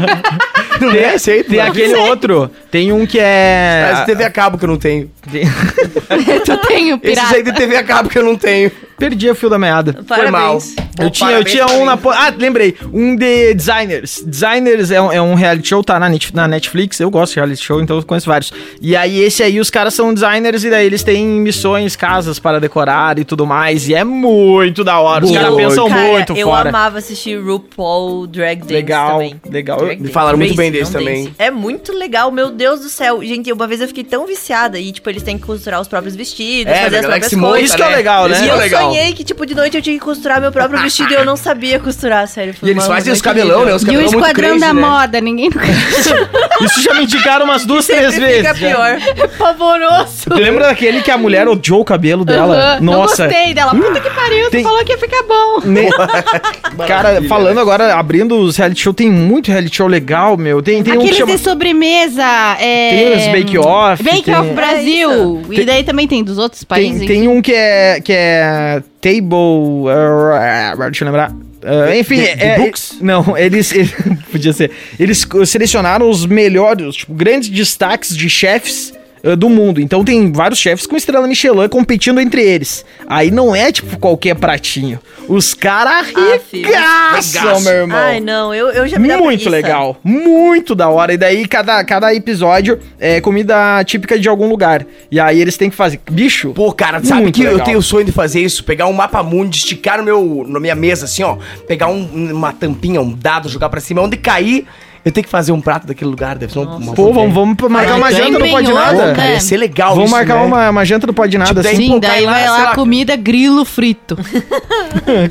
Não é esse aí, Tem aquele outro. Tem um que é... Esse TV a cabo que eu não tenho. tu tem o Esses pirata. aí de TV a cabo que eu não tenho. Perdi o fio da meada. Parabéns. mal. Eu Pô, tinha, eu parabéns tinha pra um mim. na. po- Ah, lembrei. Um de Designers. Designers é um, é um reality show, tá na, Net- na Netflix. Eu gosto de reality show, então eu conheço vários. E aí, esse aí, os caras são designers e daí eles têm missões, casas para decorar e tudo mais. E é muito da hora. Os Boa. caras pensam Cara, muito eu fora. amava assistir RuPaul Drag Dance Legal, também. legal. Drag Me falaram muito bem Race, desse não também. dance. É muito legal, meu Deus do céu. Gente, uma vez eu fiquei tão viciada e, tipo, eles têm que costurar os próprios vestidos, É, fazer da as galera que próprias se coisas. monta, Isso que é né? legal, né? Isso E que é eu legal. sonhei que, tipo, de noite eu tinha que costurar meu próprio vestido e eu não sabia costurar, sério. Foi E eles uma- fazem uma os cabelão, né? incrível. Os E o cabelão muito Esquadrão crazy, da né? Moda. Ninguém [LAUGHS] nunca... é Isso já me indicaram umas duas, três Sempre vezes. fica já. pior. Pavoroso. Lembra daquele que a mulher odiou o cabelo dela? Aham. Nossa. Não gostei dela. Puta que pariu, Hum. Tem- tu falou que ia ficar bom. Ne- [LAUGHS] Cara, falando agora, abrindo os reality show, tem muito reality show legal, meu. Tem, tem um que Aqueles chama... de sobremesa. Tem É... os Bake Off. Bake tem- Off Brasil. e daí também tem dos outros países. Tem, tem um que é, que é Table. eh, deixa eu lembrar. Eh, enfim, The- The é, Books? não, [LAUGHS] eles, ele- podia ser. Eles co- selecionaram os melhores, tipo, grandes destaques de chefes ah, do mundo. Então tem vários chefes com estrela Michelin competindo entre eles. Aí não é tipo qualquer pratinho. Os caras Ah, filho. arregaçam, meu irmão. Ai, não, eu, eu já me dá Muito preguiça. legal, muito da hora. E daí cada, cada episódio é comida típica de algum lugar. E aí eles têm que fazer. Bicho, Pô, cara, sabe Muito que eu legal. tenho o sonho de fazer isso? Pegar um mapa mundo, esticar no meu, na minha mesa, assim, ó. Pegar um- uma tampinha, um dado, jogar pra cima. Onde cair, eu tenho que fazer um prato daquele lugar. Deve ser uma, uma pô, vamos, vamos marcar Aí uma tu janta, não pode empenhou, nada. né? Cara, ia ser legal Vamos isso, marcar né? uma, uma janta, não pode nada. Tipo, assim. Pô, Sim, daí cai lá, vai sei lá, lá. comida grilo frito.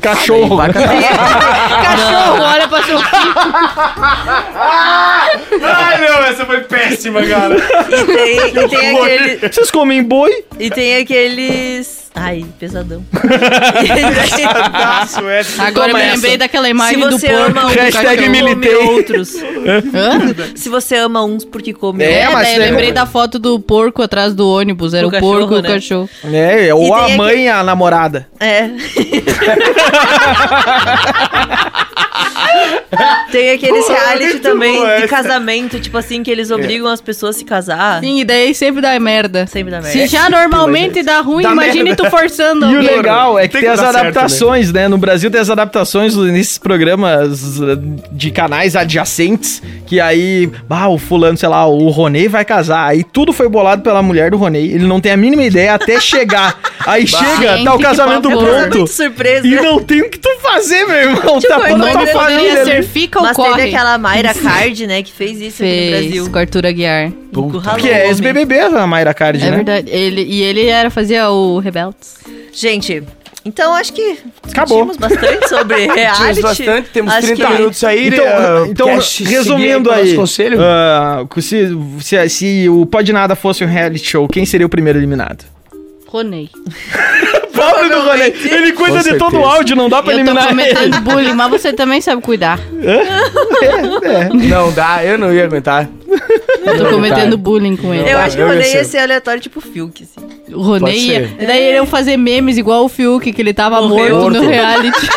Cachorro. né? Cachorro, olha pra seu Ai, meu, essa foi péssima, [LAUGHS] cara. E tem, [LAUGHS] e tem aquele- Vocês comem boi? e tem aqueles. Ai, [LAUGHS] pesadão. [LAUGHS] Agora eu Toma me essa. lembrei daquela Se imagem do você porco. ama um do uns, Hashtag come militei. outros. Hã? Se você ama uns, porque come É, É, outros. mas daí eu tem- lembrei da foto do porco atrás do ônibus. Era O o, porco cachorro, e o né? cachorro. É, tem ou a aquele- mãe e a namorada. [LAUGHS] É. Tem aqueles reality também de casamento, tipo assim, que eles obrigam as pessoas a se casar. É. Sim, e daí sempre dá merda. Tá. [LAUGHS] Sempre dá merda. Se já normalmente dá ruim, Dá imagine merda. tu forçando. E o alguém. legal é que Tem tem, que as dar certo, adaptações, né? No Brasil tem as adaptações nesses programas eh, de canais adjacentes, que aí, ah, o fulano, sei lá, o Roney vai casar. Aí tudo foi bolado pela mulher do Roney, ele não tem a mínima ideia até chegar. Aí chega, Gente, tá o que casamento pavor. pronto. é Muito surpresa. E não tem o que tu fazer, meu irmão. Tipo, tá eu pra não tua poderia família. Poderia ali. ser fica é ou Mas corre. teve aquela Mayra Card, né, que fez isso aqui no Fez Brasil. com Arthur Aguiar. Encurralou Que o é homem. ex-BBB, a Mayra Card, É né? verdade. Ele, e ele era, fazia o Rebeldes. Gente, então acho que Acabou. discutimos bastante [LAUGHS] sobre reality. Temos bastante, temos Acho 30 que- é. minutos aí. Então, eh, então, quer se- resumindo seguir com o nosso aí, Conselho? ah, se, se- se o Pode Nada fosse um reality show, quem seria o primeiro eliminado? Ronei. Pobre do Rolê, ele cuida Com de todo o certeza. áudio, não dá pra Eu tô eliminar ele. cometendo bullying, mas você também sabe cuidar. É, é. Não dá, eu não ia aguentar. Eu tô cometendo bullying com ele. Eu acho que Ah, Eu eu ia odeio ser. esse aleatório tipo Fiuk, assim. O Ronei Pode ia. ser. E daí ele ia fazer memes igual o Fiuk, que ele tava Morreu. morto no Morto. reality.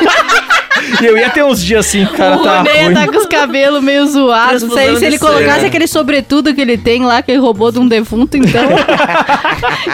E eu ia ter uns dias assim, o cara o tá Ronei ruim. tá com os cabelos meio zoados. Se, Transfusão se ele de sangue. colocasse aquele sobretudo que ele tem lá, que ele roubou de um defunto, então.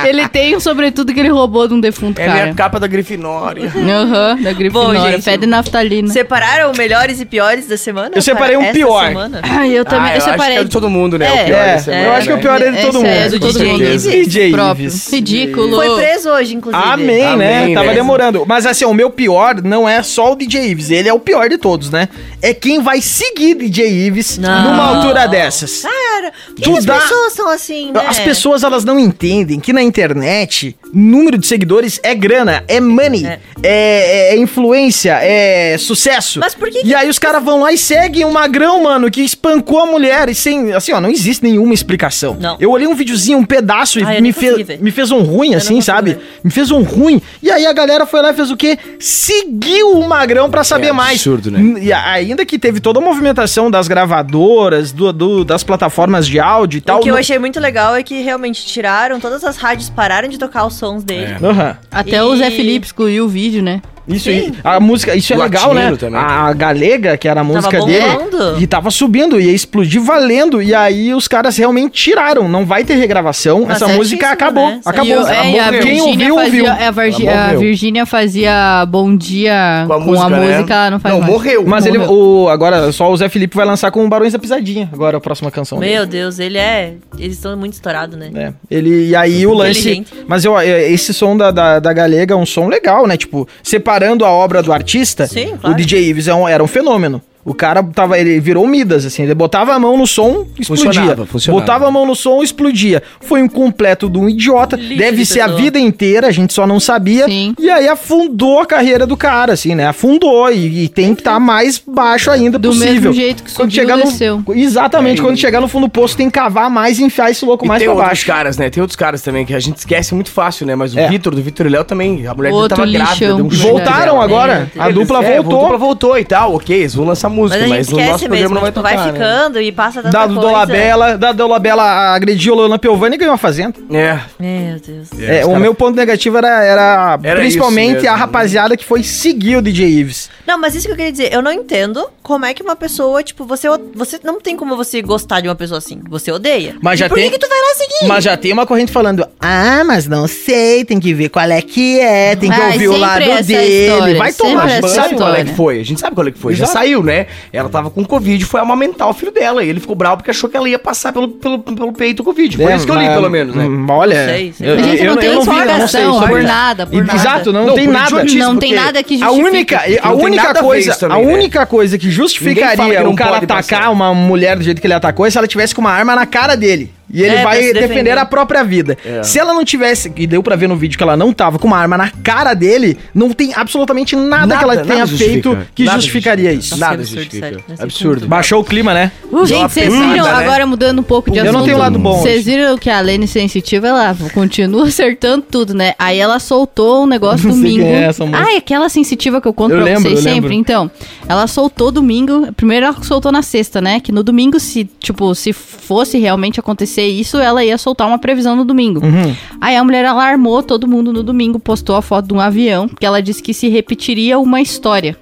ele tem um sobretudo que ele roubou de um defunto, Ela é a cara. capa da Grifinória. Aham, da Bom, Grifinória. gente, Fede naftalina. Separaram melhores e piores da semana? Eu separei um para essa pior. semana? Ai, eu também. Ah, eu acho que separei. é de todo mundo, né? É. o pior É, dessa eu semana, acho que né? o pior é de todo Esse mundo. é do Com DJ certeza. Ives DJ próprio. Ives. Ridículo. Foi preso hoje, inclusive. Amém, né? Amém, Tava né? demorando. Mas assim, o meu pior não é só o DJ Ives, ele é o pior de todos, né? É quem vai seguir DJ Ives Não. numa altura dessas. Cara, por que Tu as dá- pessoas são assim, né? As pessoas elas não entendem que na internet número de seguidores é grana, é money, É. é, é- é influência, é sucesso. Mas por que que- E aí os caras vão lá e seguem um magrão, mano, que espancou a mulher e sem, assim, ó, não existe nenhuma explicação. Não. Eu olhei um videozinho, um pedaço Ah, eu e me não consegui fez ver. me fez um ruim assim, consigo sabe? ver. Me fez um ruim. E aí a galera foi lá e fez o quê? Seguiu o magrão pra saber mais. É absurdo, né? N- E a- ainda que teve toda a movimentação das gravadoras, do, do- das plataformas de áudio e tal. O que eu não- achei muito legal é que realmente tiraram, todas as rádios pararam de tocar os sons dele. Aham. Até o Zé E- Felipe excluiu o vídeo, né? Isso aí, a música, isso é Latino legal, né? também. A, a Galega, que era a música dele, bombando. e tava subindo, ia explodir valendo, e aí os caras realmente tiraram, não vai ter regravação, Mas essa música certíssimo, acabou, né? E acabou. eu- é, e a Quem Virgínia ouviu, ouviu. fazia, é, a Vargi- Ela a morreu. Virgínia fazia Bom Dia com a música, né? ela não faz Não, mais. morreu. Mas ele, Morreu. o, agora só o Zé Felipe vai lançar com o Barões da Pisadinha, agora a próxima canção dele. Meu Deus, ele é. Eles estão muito estourados, né? É, ele, e aí o lance. Inteligente. Mas eu, é, esse som da, da, da Galega é um som legal, né? Tipo, separando a obra do artista, Sim, claro. o DJ Ives é um- era um fenômeno. O cara tava, ele virou Midas, assim, ele botava a mão no som, explodia. Funcionava, funcionava. Botava a mão no som, explodia. Foi um completo de um idiota, Lixo deve de ser a pessoa. vida inteira, a gente só não sabia. Sim. E aí afundou a carreira do cara, assim, né? Afundou e, e tem que estar mais baixo ainda Do possível. mesmo jeito que quando subiu, chegar desceu. no, Exatamente, É, quando e- chegar no fundo do poço tem que cavar mais e enfiar esse louco E mais tem pra outros baixo. caras, né? Tem outros caras também que a gente esquece muito fácil, né? Mas o É. Vitor, do Vitor e Léo também. A mulher dele Outro tava lixão. grávida. deu um E chute voltaram nela. agora. É, A eles- dupla é, voltou. A dupla voltou e tal, ok. Eles vão lançar música, Mas mas, a gente no nosso esquece programa mesmo, não vai tipo, tocar. né? vai ficando e passa tanta Dado coisa. Dolabella, Dado Dolabella agrediu o Lorena Piovani e ganhou a fazenda. né? Meu Deus. É. É, os o cara- meu ponto negativo era, era, Era isso principalmente mesmo, a né? rapaziada que foi seguir o DJ Ives. Não, mas isso que eu queria dizer, eu não entendo como é que uma pessoa, tipo, você, você não tem como você gostar de uma pessoa assim, você odeia. Mas E já por tem- que, que tu vai lá seguir? Mas já tem uma corrente falando, ah, mas não sei, tem que ver qual é que é, tem que Ai, ouvir o Ah, sempre lado essa dele. história, Vai sempre tomar essa banho. Sabe qual é que história. foi? A gente sabe qual é que foi. Já Exato. saiu, né? Ela tava com Covid, foi amamentar o filho dela. E ele ficou bravo porque achou que ela ia passar pelo, pelo, pelo peito o Covid. Foi É, isso que eu li, mas- pelo menos, né? Hum, Olha, Sei, sei. eu- A gente eu- não eu tem vi, eu não sei informação sobre por isso. nada, por E- nada. Exato, não, tem por nada. idiotice, Não tem porque nada que A justifique. única, a Não tem nada única a ver coisa, isso também, a né? única coisa que Ninguém fala que justificaria não o cara pode atacar passar. uma mulher do jeito que ele atacou é se ela tivesse com uma arma na cara dele. E É, ele pra vai se defender. defender. a própria vida. É. Se ela não tivesse, e deu pra ver no vídeo que ela não tava com uma arma na cara dele, não tem absolutamente nada, Nada, que ela nada tenha justifica. feito que Nada justificaria justifica. isso. Nada absurdo, justifica. sério, nesse Absurdo. Baixou o clima, né? Uh, gente, uma vocês pegada, viram, né? agora mudando um pouco de Eu não assunto. tenho lado bom Vocês hoje. viram que a Lene é Sensitiva, ela continua [LAUGHS] acertando tudo, né? Aí ela soltou um negócio [LAUGHS] Não sei domingo. quem é essa moça. ah, é aquela sensitiva que eu conto Eu pra lembro, vocês eu sempre. lembro. Então, ela soltou domingo. Primeiro ela soltou na sexta, né? Que no domingo, se, tipo, se fosse realmente acontecer isso, ela ia soltar uma previsão no domingo. Uhum. Aí a mulher alarmou todo mundo no domingo, postou a foto de um avião, que ela disse que se repetiria uma história.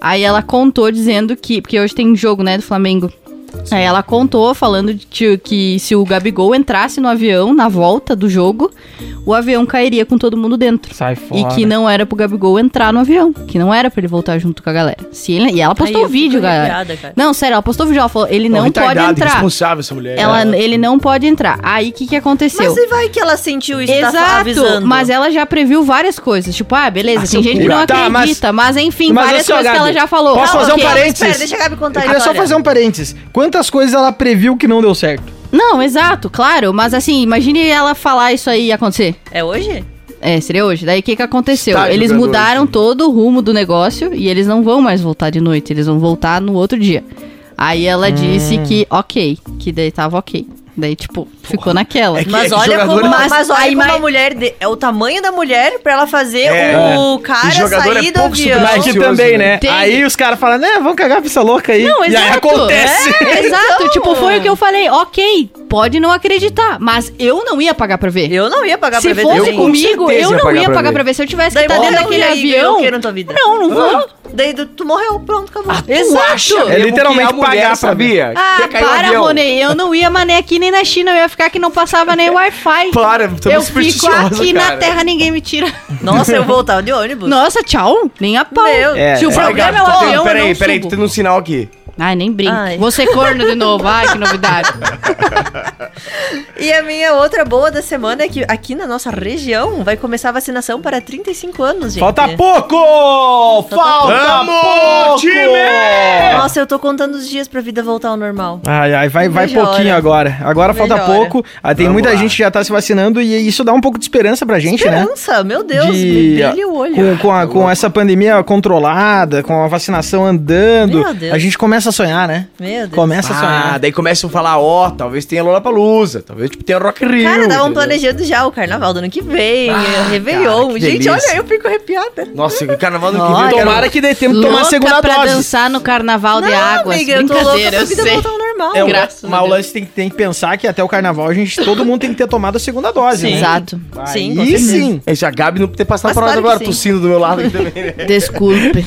Aí ela contou dizendo que. Porque hoje tem jogo, né, do Flamengo. Aí ela contou falando de que- que se o Gabigol entrasse no avião na volta do jogo, o avião cairia com todo mundo dentro. Sai E que não era pro Gabigol entrar no avião. Que não era pra ele voltar junto com a galera. Se ele- e ela postou Aí o eu vídeo, fico galera. arrepiada, cara. Não, sério, ela postou o vídeo. Ela falou: ele não pode Retardada, entrar. irresponsável essa mulher. Ela, ele não pode entrar. Aí o que, que aconteceu? Mas e vai que ela sentiu isso, tá Exato, avisando. mas ela já previu várias coisas. Tipo, ah, beleza, tem gente que cu. não Tá, mas- acredita, mas, enfim, mas várias assim, ó, coisas que Gabi, ela já falou. posso Ah, fazer um ok. parênteses? Espera, deixa a Gabi contar a Eu queria só história. fazer um parênteses. Quantas coisas ela previu que não deu certo? Não, exato, claro, mas assim, imagine ela falar isso aí e acontecer. É hoje? É, seria hoje. Daí o que, que aconteceu? Tá Estágio eles jogador, mudaram assim. todo o rumo do negócio e eles não vão mais voltar de noite, eles vão voltar no outro dia. Aí Hum. ela disse que ok, que daí tava ok. Daí, tipo, ficou naquela. que- é Mas que olha jogador como, é- mas, Mas olha aí como mais- a mulher. de- é o tamanho da mulher pra ela fazer É. o E cara jogador sair é do pouco avião. superficial. que ansioso, também, né? né? Tem. Aí os caras falam, né, vamos cagar pra essa louca aí. Não, e aí exato. acontece. É, exato, tipo, Então. foi o que eu falei. Ok, pode não acreditar, mas eu não ia pagar pra ver. Eu não ia pagar Se pra ver fosse também. com comigo, certeza eu ia não pagar ia pra pagar ver. pra ver. Se eu tivesse que Daí estar morreu dentro daquele e aí ganhou avião. o quê na tua vida? Não, não vou. Daí tu, tu morreu, pronto, acabou. Exato. É literalmente pagar, sabia? Ah, um para, Rony. Eu não ia, mané, aqui nem na China. Eu ia ficar que não passava nem Wi-Fi. Para, Eu estamos fico aqui na terra, ninguém me tira. Nossa, eu voltava de ônibus. Nossa, tchau. Nem a pau. Meu. Se o É, problema é o avião, eu não Peraí, peraí, subo. tem um sinal aqui. Ai, nem brinca. Ai. Você corno de novo. Ai, que novidade. E a minha outra boa da semana é que aqui na nossa região vai começar a vacinação para 35 anos, gente. Falta pouco! tá Falta Vamos, pouco! time! Nossa, eu tô contando os dias pra vida voltar ao normal. Ai, ai, vai, vai Melhora. pouquinho agora. Agora falta Melhora. pouco. Ah, tem Vamos muita lá. gente que já tá se vacinando e isso dá um pouco de esperança pra gente, né? Esperança, meu Deus, me De- brilha o olho. Com, com, a- com essa pandemia controlada, com a vacinação andando, Meu Deus. a gente começa a sonhar, né? Meu Deus. Começa a Ah, sonhar. daí começam a falar, ó, talvez tenha Lola Palusa, talvez tipo, tenha Rock in Rio. Cara, estavam entendeu? planejando já o carnaval do ano que vem, é, Ah, Réveillon. cara, que gente, delícia. olha, eu fico arrepiada. Nossa, o carnaval do que Olha, vem. eu Tomara quero- que dê tempo de tomar a Louca segunda pra dose. dançar no carnaval de águas. amiga, eu tô louca Brincadeira, pra eu vida sei. voltar ao normal. É, o- Graças a mas o Deus. lance tem, que- tem que pensar que até o carnaval a gente, todo mundo tem que ter tomado a segunda dose, né? Exato. Sim, com Aí certeza. sim. É, já a Gabi não ter passado Mas por nada claro que agora, sim. tossindo do meu lado aqui também. né? Desculpe.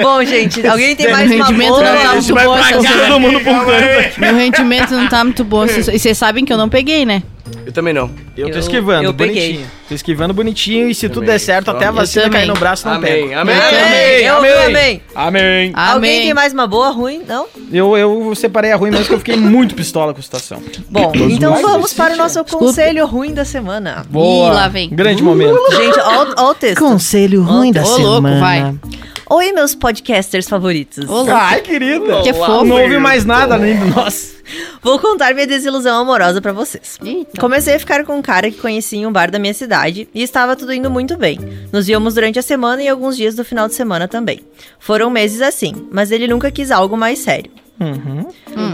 Bom, gente, alguém tem mais uma rendimento boa? não tá muito bom. essa semana. mundo aponta. Meu rendimento não tá muito bom. E vocês sabem que eu não peguei, né? Eu também não. Eu tô Eu- esquivando, eu peguei. bonitinho. Tô esquivando bonitinho e se tudo Também, der certo, até a eu vacina cair também. no braço não Amém, pega. amém, Amém, amém, eu amém. amém. Amém. Alguém Amém. tem mais uma boa, ruim? Não? Eu, eu separei a ruim, mas que eu fiquei muito pistola com a situação. Bom, então mais vamos para o nosso conselho ruim da semana. Boa. lá vem. Um Grande momento. Gente, olha o texto. Conselho ruim da Ô, louco, semana. vai. Oi, meus podcasters favoritos. Olá. Ai, querida. Que fofo. Não ouvi mais nada nem do nosso. Vou contar minha desilusão amorosa pra vocês. Eita. Comecei a ficar com um cara que conheci em um bar da minha cidade e estava tudo indo muito bem. Nos víamos durante a semana e alguns dias do final de semana também. Foram meses assim, Uhum. mas ele nunca quis algo mais sério.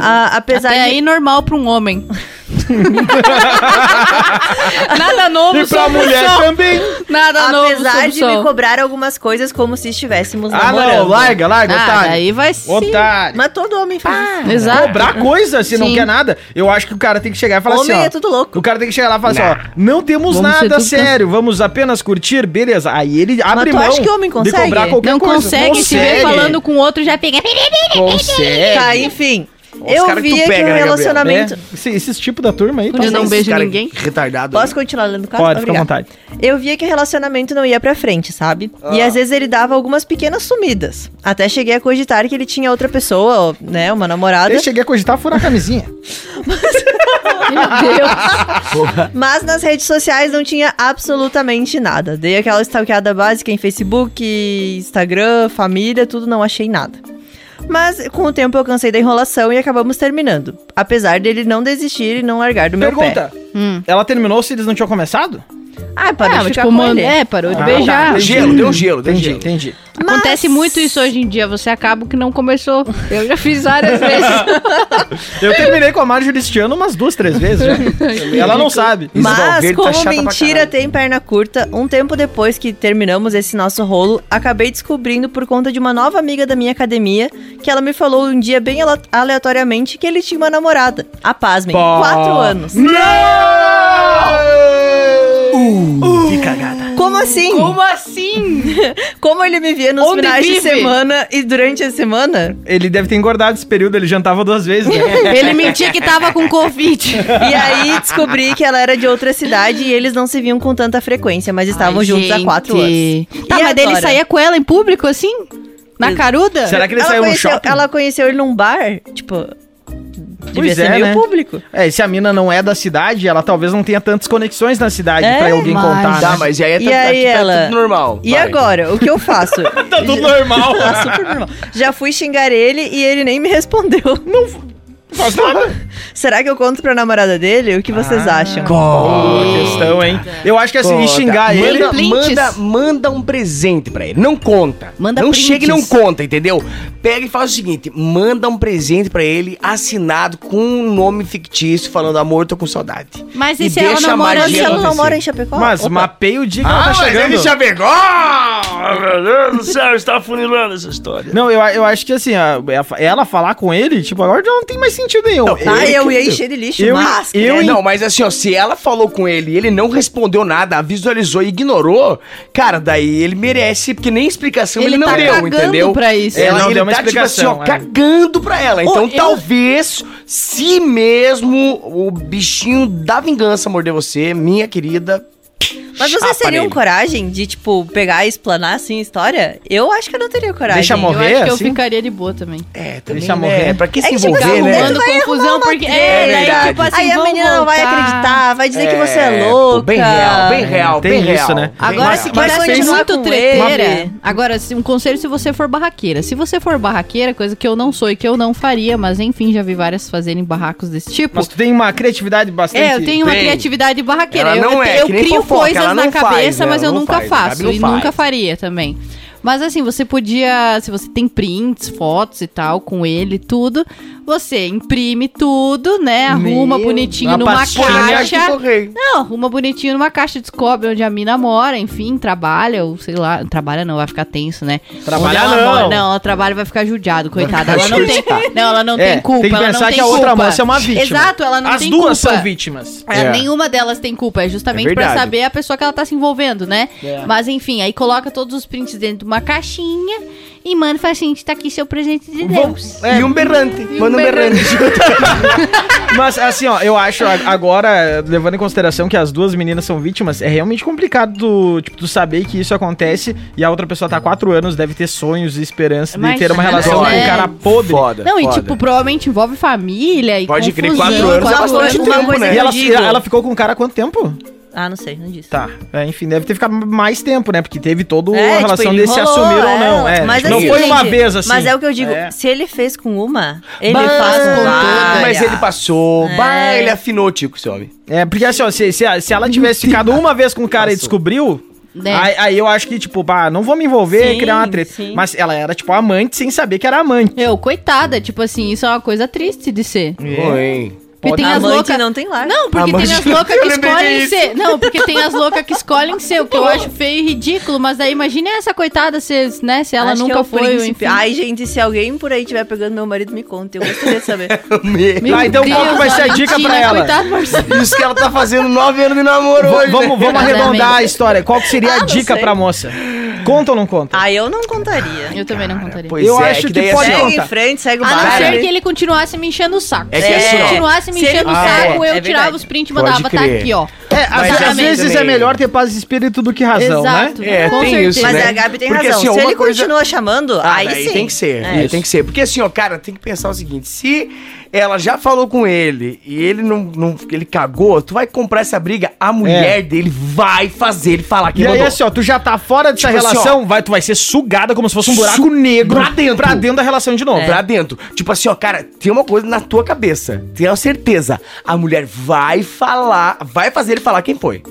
Ah, apesar Hum. Até de... aí normal pra um homem. [LAUGHS] Nada novo, E pra sob o mulher sol. também. Nada novo, Apesar sob o de me sol. cobrar algumas coisas como se estivéssemos Ah, namorando. não, larga, larga, Ah, otário. daí vai sim. Otário. Mas todo homem Ah, faz isso. Exato. Cobrar coisa se não Sim. quer nada. Eu acho que o cara tem que chegar e falar Homem assim, ó. é tudo louco. O cara tem que chegar lá e falar assim, ó, não temos Vamos ser nada tudo sério, vamos apenas curtir, beleza. Aí ele abre tu mão acha que homem de consegue? cobrar qualquer Não coisa. consegue, se vê falando com outro, já pega. Consegue. Tá, enfim. Os eu cara que tu via que, pega, né, o Gabriel? né? relacionamento... Esse, esses tipos da turma aí. tá? Podia Eu não Esse beijo cara ninguém. Retardado. Posso continuar lendo o caso? Pode, fica à Obrigada. vontade. Eu via que o relacionamento não ia pra frente, sabe? E às vezes ele dava algumas pequenas sumidas. Até cheguei a cogitar que ele tinha outra pessoa, ou, né? Uma namorada. Eu cheguei a cogitar furar a camisinha. Meu Deus. Mas nas redes sociais não tinha absolutamente nada. Dei aquela stalkeada básica em Facebook, Instagram, família, tudo, não achei nada. Mas com o tempo eu cansei da enrolação e acabamos terminando. Apesar dele não desistir e não largar do meu pé. Pergunta, Hum. ela terminou se eles não tinham começado? Ah, para [LAUGHS] Ah, de ficar tipo, com mano, ele. é, parou de Ah, beijar. tá. Gelo, deu gelo, deu Entendi, gelo. entendi. Acontece muito isso hoje em dia. Você acaba que não começou. Eu já fiz várias vezes. Eu terminei com a Marjorie este ano umas duas, três vezes já. ela não sabe. Isso, Mas, Valverde tá como chata pra mentira caralho. tem perna curta, um tempo depois que terminamos esse nosso rolo, acabei descobrindo por conta de uma nova amiga da minha academia que ela me falou um dia bem ale- aleatoriamente que ele tinha uma namorada. A pasmem, Pá. quatro anos. Uh, Que cagada. Como assim? Como, Como assim? ele me via nos Onde finais de vive? semana e durante a semana? Ele deve ter engordado esse período, ele jantava duas vezes, né? Ele mentia que tava com Covid. E aí descobri que ela era de outra cidade e eles não se viam com tanta frequência, mas estavam Ai, juntos há quatro anos. gente. Tá, E mas dele agora? saía com ela em público, assim? Na caruda? Será que ele ela, saiu no conheceu, shopping? ela conheceu ele num bar, tipo. Devia Pois ser é, meio né? público. [LAUGHS] É, e se a mina não é da cidade, ela talvez não tenha tantas conexões na cidade É, pra alguém mas- contar. Tá, né? mas aí é E tá- aí tá ela- tudo normal. E vai. agora, o que eu faço? Tá tudo normal. Tá super normal. Já fui xingar ele e ele nem me respondeu. Não Faz nada. Será que eu conto pra namorada dele? O que vocês acham? Boa questão, hein? Eu acho que assim, e xingar manda, ele. Manda, prints. manda um presente pra ele. Não conta. Manda não prints. chega e não conta, entendeu? Pega e faz o seguinte: manda um presente pra ele assinado com um nome fictício, falando amor, tô com saudade. Mas é E e se ela deixa não a mora Mas magia se ela não acontecer. mora em Chapecó? Mas Opa. mapeia o dia Ah, que ela tá chegando. pegou! Meu Deus do céu, está funilando essa história. Não, eu, eu acho que assim, a- ela falar com ele, tipo, agora já não tem mais sentido nenhum. Não, Ah, ele eu que ia deu. encher de lixo, Eu- mas... eu- credo. Não, mas assim, ó, se ela falou com ele e ele não respondeu nada, visualizou e ignorou, cara, daí ele merece, porque nem explicação ele, Ele não tá deu, cagando entendeu? pra isso. Ela Ele não ele deu uma tá, tipo assim, explicação, ó, é. cagando pra ela. Então eu- talvez, se mesmo o bichinho da vingança morder você, minha querida. Mas um chapa vocês teriam nele. coragem de, tipo, pegar e explanar, assim, a história? Eu acho que eu não teria coragem. Deixa Eu morrer, acho que eu assim? ficaria de boa também. É, também, Deixa né? morrer. Pra que É se que tipo, envolver, tá né? arrumando- Arrumando vai confusão arrumar uma porque. É, treta. daí, tipo assim, Aí a vão menina não vai voltar. acreditar, vai dizer que você É, é pô, louca. Bem real, bem real, Tem bem isso, real. né? Bem Agora, real. se Mas quiser ser fez- muito com treteira. ele. Agora, se- um conselho se você for barraqueira. Se você for barraqueira, coisa que eu não sou e que eu não faria, mas enfim, já vi várias fazerem barracos desse tipo. Mas tu tem uma criatividade bastante. É, eu tenho uma Tem. criatividade barraqueira. Ela eu não eu, é, eu que nem crio fofoca, ela coisas na não faz, cabeça, né? mas Ela eu não nunca faz, faço. sabe? E Não nunca faz. faria também. Mas assim, você podia. Se você tem prints, fotos e tal, com ele, tudo, você imprime tudo, né? Arruma bonitinho uma né? numa pastinha caixa. correr. Não, arruma bonitinho numa caixa, descobre onde a mina mora, enfim, trabalha, ou sei lá, trabalha não, vai ficar tenso, né? Trabalhar Onde ela não. Mora, não, ela trabalha e vai ficar judiado, coitada. Ela não tem, não, ela não É, tem culpa, Tem que ela pensar não tem que a outra culpa. moça é uma vítima. Exato, ela não As tem duas culpa. são vítimas. É, Nenhuma delas tem culpa, é justamente É pra verdade. saber a pessoa que ela tá se envolvendo, né? É. Mas enfim, aí coloca todos os prints dentro de uma caixinha e manda e fala assim: tá aqui seu presente de Deus. É. E um berrante. Manda um berrante. Mas assim, ó, eu acho a- agora, levando em consideração que as duas meninas são vítimas, é realmente complicado tu, tipo, tu saber que isso acontece e a outra pessoa tá há quatro anos, deve ter sonhos e esperança de Mas, ter uma né? relação com um É. cara podre. Foda, Não, e foda. tipo, provavelmente envolve família e Pode crer, confusão. quatro anos é quatro bastante anos, tempo, uma coisa né? E ela, digo. ela ficou com o cara há quanto tempo? Ah, não sei, não disse. Tá. É, enfim, deve ter ficado mais tempo, né? Porque teve toda É, a tipo, relação ele dele se enrolou assumir ou não. ela, É, mas tipo, não assim, foi uma gente, vez assim. Mas é o que eu digo, É. se ele fez com uma, ele Bah, faz É. com bah, todas. Mas ele passou. Bah, ele afinou, Tico, esse homem. É, porque assim, ó, se, se, a- se ela tivesse ficado uma vez com o cara e descobriu. Né? Aí, aí eu acho que, tipo, bah, não vou me envolver É. Sim, criar uma treta. sim. Mas ela era, tipo, amante sem saber que era amante. Meu, coitada, tipo assim, isso é uma coisa triste de ser. Oi. Porque tem as Amante loucas. não tem lar. Não, porque Amante- tem as [LAUGHS] loucas Eu que lembrei escolhem disso. ser. Não, porque tem as loucas que escolhem ser, o que eu acho feio e ridículo. Mas daí imagina essa coitada se, né, se ela Acho que nunca é o foi. príncipe. enfim. Ai, gente, se alguém por aí tiver pegando meu marido, me conta. Eu gostaria de saber. Meu Meu Tá, então qual que vai ser a dica Valentina, pra ela? coitada, Marcelo. Deus, Isso que ela tá fazendo nove anos de namoro hoje. né? Vamos, vamos Exatamente. arredondar a história. Qual que seria Ah, a não dica sei. pra moça? Conta ou não conta? Aí eu não contaria. Eu também não contaria. Pois Eu é, acho que que daí é pode- assim, ó. segue contar. em frente, segue o A não barco. ser que ele continuasse me enchendo o saco. É Se que é ele assim, ó. continuasse me Se ele enchendo o quiser, saco, é eu verdade. tirava os prints e Pode mandava, tá crer. aqui, ó. É, às, Mas às assim vezes também- é melhor ter paz de espírito do que razão, Exato. né? É, Com tem certeza. isso, Mas né? a Gabi tem Porque, razão. assim, se uma ele coisa- continua chamando, Ah, aí, daí sim. tem que ser, É. é, tem que ser. Porque assim, ó, cara, tem que pensar o seguinte, se ela já falou com ele e ele não, não ele cagou, tu vai comprar essa briga, a mulher dele vai fazer ele falar que E aí, mandou. assim, ó, tu já tá fora dessa Tipo assim, relação, vai, tu vai ser sugada como se fosse um buraco Su- negro pra dentro. pra dentro da relação de novo. Pra dentro. Tipo assim, ó, cara, tem uma coisa na tua cabeça. Tenho certeza. A mulher vai falar, vai fazer ele falar quem foi.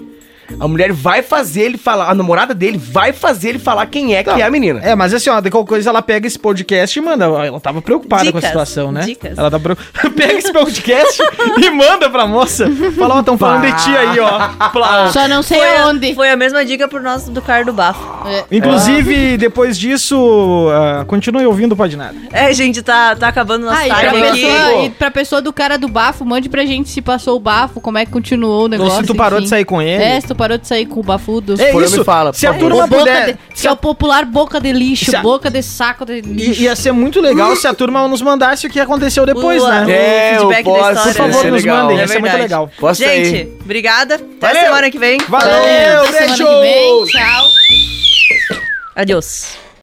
A mulher vai fazer ele falar, a namorada dele vai fazer ele falar quem é que é a menina. É, mas assim, ó, de qualquer coisa ela pega esse podcast e manda. Ó, Ela tava preocupada com a Dicas, situação, né? dicas. Ela tá preocupada. [LAUGHS] pega esse podcast [LAUGHS] e manda pra moça. Fala, ó, tão falando de ti aí, ó. Pla- Só não sei Ah. É. Foi a, onde. foi a mesma dica pro nosso do Cardo Bafo. Inclusive, depois disso, ah, continue ouvindo o Padinado. É, gente, tá, tá acabando nosso Ah, e pra, time aqui. pessoa, e pra pessoa do cara do bafo, mande pra gente se passou o bafo, como é que continuou o Ou negócio. Então, se tu parou de enfim. sair com ele. É, se tu parou de sair com o bafudo. É Por isso. me fala, por se a favor. turma boca puder. de- que é o popular boca de lixo, Se a- boca de saco de I- lixo. ia ser muito legal se a turma nos mandasse o que aconteceu depois, O- né? É, o feedback eu da posso, história. Por favor, Isso é nos legal. mandem, É ia ser muito verdade. legal. Posso gente, sair. obrigada. Até Valeu. semana que vem. Valeu, Até semana que beijo! vem, tchau. Adiós.